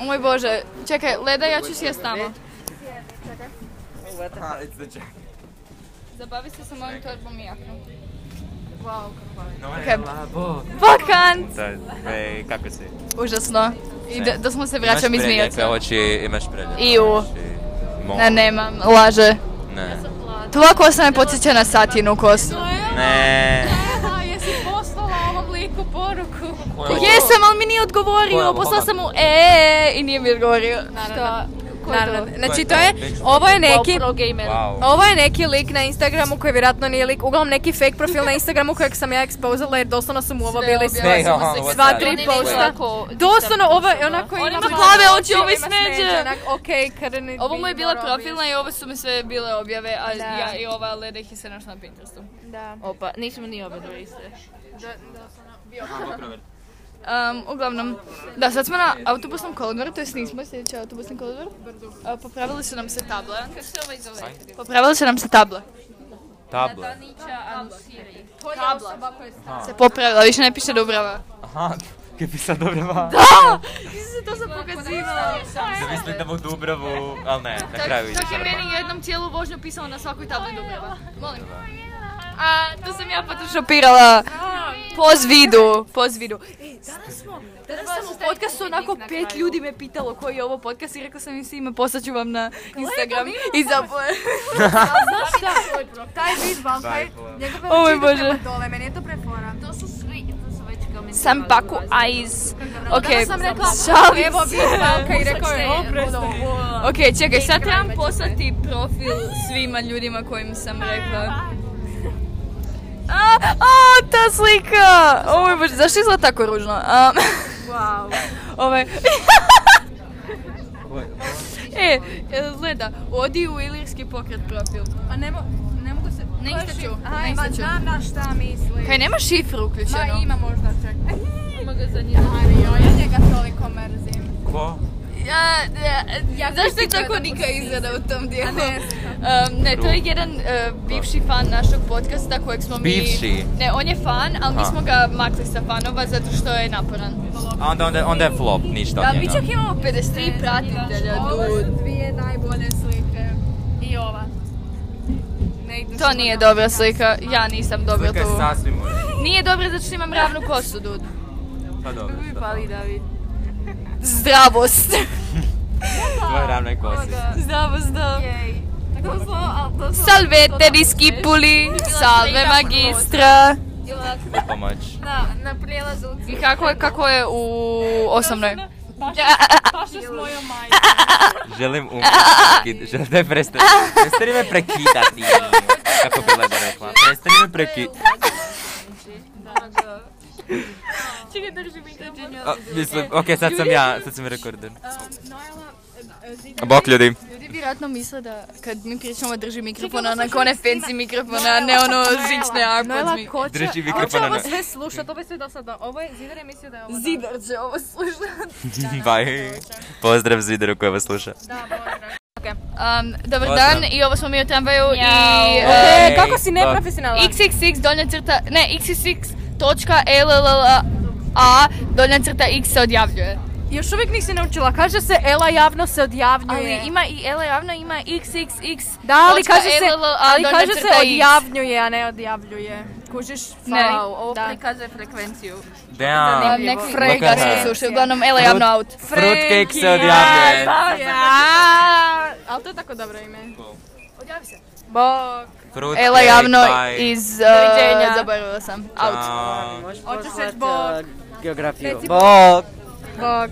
Speaker 1: O moj bože, čekaj, Leda, ja ću sjest tamo.
Speaker 3: Ha, it's the jack.
Speaker 1: Zabavi se sa mojim torbom i jaknom.
Speaker 5: Wow,
Speaker 1: Ok. Vakant!
Speaker 3: Da, e, kako si?
Speaker 1: Užasno. I da, da smo se vraćam iz
Speaker 3: Imaš prelijepe
Speaker 1: Mijaca.
Speaker 3: oči, imaš preljepe
Speaker 1: Iu.
Speaker 3: oči. Mo-
Speaker 1: Ne, nemam, laže.
Speaker 3: Ne.
Speaker 1: Tvoja kosa me podsjeća na satinu kosu.
Speaker 3: Ne.
Speaker 2: Aha, jesi poslala ovom liku poruku?
Speaker 1: Jesam, ali mi nije
Speaker 2: Koja je
Speaker 1: odgovorio.
Speaker 2: ovo?
Speaker 1: Poslala sam mu e i nije mi odgovorio. Šta? Ko je to?
Speaker 2: Naravno, znači to je, ovo je neki,
Speaker 1: GoPro gamer. Wow.
Speaker 2: ovo je neki lik na Instagramu koji vjerojatno nije lik, uglavnom neki fake profil na Instagramu kojeg sam ja expozala jer doslovno su mu ovo bili
Speaker 1: objavili
Speaker 2: sve,
Speaker 1: smo Ne, se aha,
Speaker 2: sva
Speaker 1: WhatsApp.
Speaker 2: tri
Speaker 1: Oni
Speaker 2: posta.
Speaker 1: nekako-
Speaker 2: Doslovno ovo je onako
Speaker 1: On ima
Speaker 2: malo
Speaker 1: plave oči, ovo je
Speaker 2: ima
Speaker 1: smeđe.
Speaker 2: onak, ok, Karni,
Speaker 1: Ovo mu je
Speaker 2: bi
Speaker 1: bila
Speaker 2: morao
Speaker 1: profilna i ovo su mi sve bile objave, a
Speaker 2: ono, Da.
Speaker 1: ja i ova Leda ih je sve našla na Pinterestu.
Speaker 2: Da.
Speaker 5: Opa, nismo ni obe dvoje iste.
Speaker 2: Da, doslovno bio.
Speaker 1: Um, uglavnom, da, sad smo na autobusnom kolodvoru, to jest nismo sljedeći autobusni kolodvor. A, Popravili su nam se table. Kako se ovo zove? Popravili su nam se table.
Speaker 3: Tabla.
Speaker 5: Anusiri.
Speaker 1: Tabla.
Speaker 3: Aha.
Speaker 1: Se popravila, više ne piše Dubrava.
Speaker 3: Aha, kaj bi sad dobro vam?
Speaker 1: Da! Mislim, to sam pokazivala.
Speaker 3: Zamisli da mu Dubravu, ali ne, na kraju ide.
Speaker 1: Čak je meni jednom cijelu vožnju pisalo na svakoj tabli Dubrava. Molim. A, to sam ja photoshopirala. Poz vidu, poz vidu.
Speaker 2: Danas
Speaker 1: E, Danas sam u podcastu onako pet ljudi me pitalo koji je ovo podcast i rekla sam im svima poslat ću vam na Instagram i zaboje.
Speaker 2: Znaš šta? Taj vid vam, taj, njegove
Speaker 1: O moj
Speaker 2: oči idu
Speaker 1: Bože.
Speaker 2: prema dole, meni je to prefora.
Speaker 5: To su svi, to su već komentirali.
Speaker 1: Sam paku eyes. Ok,
Speaker 2: Danas sam rekla,
Speaker 1: šalim
Speaker 2: evo
Speaker 1: se.
Speaker 2: vid banka i rekao je, "Ono, o, prestani.
Speaker 1: Ok, čekaj, sad trebam poslati profil svima ljudima kojim sam rekla. A, a, ta slika! Ovo je bože, zašto izgleda tako ružno? A, ovaj-
Speaker 2: Wow.
Speaker 1: ovo je... E, e, gleda, odi u ilirski pokret profil.
Speaker 2: A ne, Pa mo- ne mogu se...
Speaker 22: Na Instaću, na
Speaker 23: Aj, ma
Speaker 22: Instaću.
Speaker 23: znam ja šta misliš.
Speaker 1: Kaj, nema šifru uključeno?
Speaker 23: Ma ima možda čak. Ima ga za njega. Mario, ja njega toliko mrzim.
Speaker 3: Ko?
Speaker 1: Ja, ja,
Speaker 23: Ja
Speaker 1: e, zašto je
Speaker 23: mislim da
Speaker 1: tako
Speaker 23: je
Speaker 1: Nika
Speaker 23: dobar
Speaker 1: izgleda u tom
Speaker 23: A
Speaker 1: dijelu?
Speaker 23: ne
Speaker 1: Um, ne, to je jedan uh, bivši fan našeg podcasta kojeg smo mi...
Speaker 3: Bivši?
Speaker 1: Ne, on je fan, ali mi
Speaker 3: A.
Speaker 1: smo ga makli sa fanova zato što je naporan.
Speaker 3: A onda, onda, onda je flop, ništa
Speaker 1: Da,
Speaker 3: od
Speaker 1: mi
Speaker 3: njega.
Speaker 1: čak imamo 53 pratitelja,
Speaker 23: Ovo
Speaker 1: dude.
Speaker 23: su dvije najbolje slike. I ova. Ne ide
Speaker 1: To
Speaker 23: se
Speaker 1: nije
Speaker 23: na-
Speaker 1: dobra slika, ja nisam dobra
Speaker 3: Slika je
Speaker 1: tu.
Speaker 3: Dakle, sasvim u redu.
Speaker 1: Nije dobra zato što imam ravnu kosu, dude.
Speaker 3: Pa dobro.
Speaker 1: Mi
Speaker 3: šta
Speaker 1: pali
Speaker 3: fali.
Speaker 1: David. Zdravost.
Speaker 3: Tvoje ravne kose.
Speaker 1: Zdravost, da.
Speaker 23: Tako zlo, ali to su-
Speaker 1: Salvete di skipuli, salve magistra.
Speaker 3: Pomoć.
Speaker 23: Na, na prijelazu u
Speaker 1: I kako je, kako je u osnovnoj?
Speaker 23: Paša s mojom majkom.
Speaker 3: Želim umjeti. prekid- Želim da je prestani. Prestani me prekidati. Kako bi Leda rekla. Prestani me prekidati.
Speaker 2: Čekaj, drži mikrofon.
Speaker 3: Mislim, okej, sad sam ja, sad sam rekorder.
Speaker 1: Zidane-
Speaker 3: Bok, ljudi.
Speaker 1: Ljudi vjerojatno misle da kad mi pričamo drži mikrofon, onako one fancy mikrofon, a ne ono žične AirPods mi.
Speaker 2: ko će-
Speaker 3: Drži
Speaker 2: a
Speaker 3: mikrofon,
Speaker 2: Ko će ovo
Speaker 3: ona.
Speaker 2: sve slušat, ovo je sve dosadno. Ovo je, Zidar je mislio da je ovo
Speaker 1: Zidar će ovo slušat.
Speaker 3: Bye. Pozdrav Zidaru koja vas sluša.
Speaker 1: Um, dobar
Speaker 3: Pozdrav.
Speaker 1: dan i ovo smo mi u tramvaju i...
Speaker 2: Miau.
Speaker 1: uh,
Speaker 2: E, kako si neprofesionalan?
Speaker 1: XXX donja crta, ne, XXX točka LLLA donja crta X se odjavljuje.
Speaker 2: Još uvijek nisi naučila, kaže se Ela javno se odjavljuje.
Speaker 1: Ali ima i L javno ima XXX
Speaker 2: Da, ali
Speaker 1: točka
Speaker 2: kaže se,
Speaker 1: LLLA
Speaker 2: ali
Speaker 1: donja
Speaker 2: kaže se
Speaker 1: crta X.
Speaker 2: odjavljuje, a ne odjavljuje. Kužiš?
Speaker 1: Ne.
Speaker 2: Wow, ovo
Speaker 23: Da. Prikazuje
Speaker 2: prikazuje
Speaker 23: frekvenciju.
Speaker 3: Damn.
Speaker 1: Um, nek
Speaker 3: Look
Speaker 1: frega
Speaker 3: at
Speaker 1: se
Speaker 3: her.
Speaker 1: slušaj, uglavnom Ela javno out.
Speaker 3: Fruitcake se
Speaker 2: Ja,
Speaker 3: odjavljuje.
Speaker 2: da, ja. Ali to je tako dobro ime. Odjavi se. Bog.
Speaker 3: Fruitcake,
Speaker 1: Ela javno
Speaker 3: bye.
Speaker 1: iz... uh,
Speaker 2: Doviđenja.
Speaker 1: Zaboravila sam, out.
Speaker 3: Ciao.
Speaker 2: Hoćeš reći bog.
Speaker 6: Geografiju.
Speaker 2: Reci-
Speaker 6: Bog.
Speaker 2: Bog.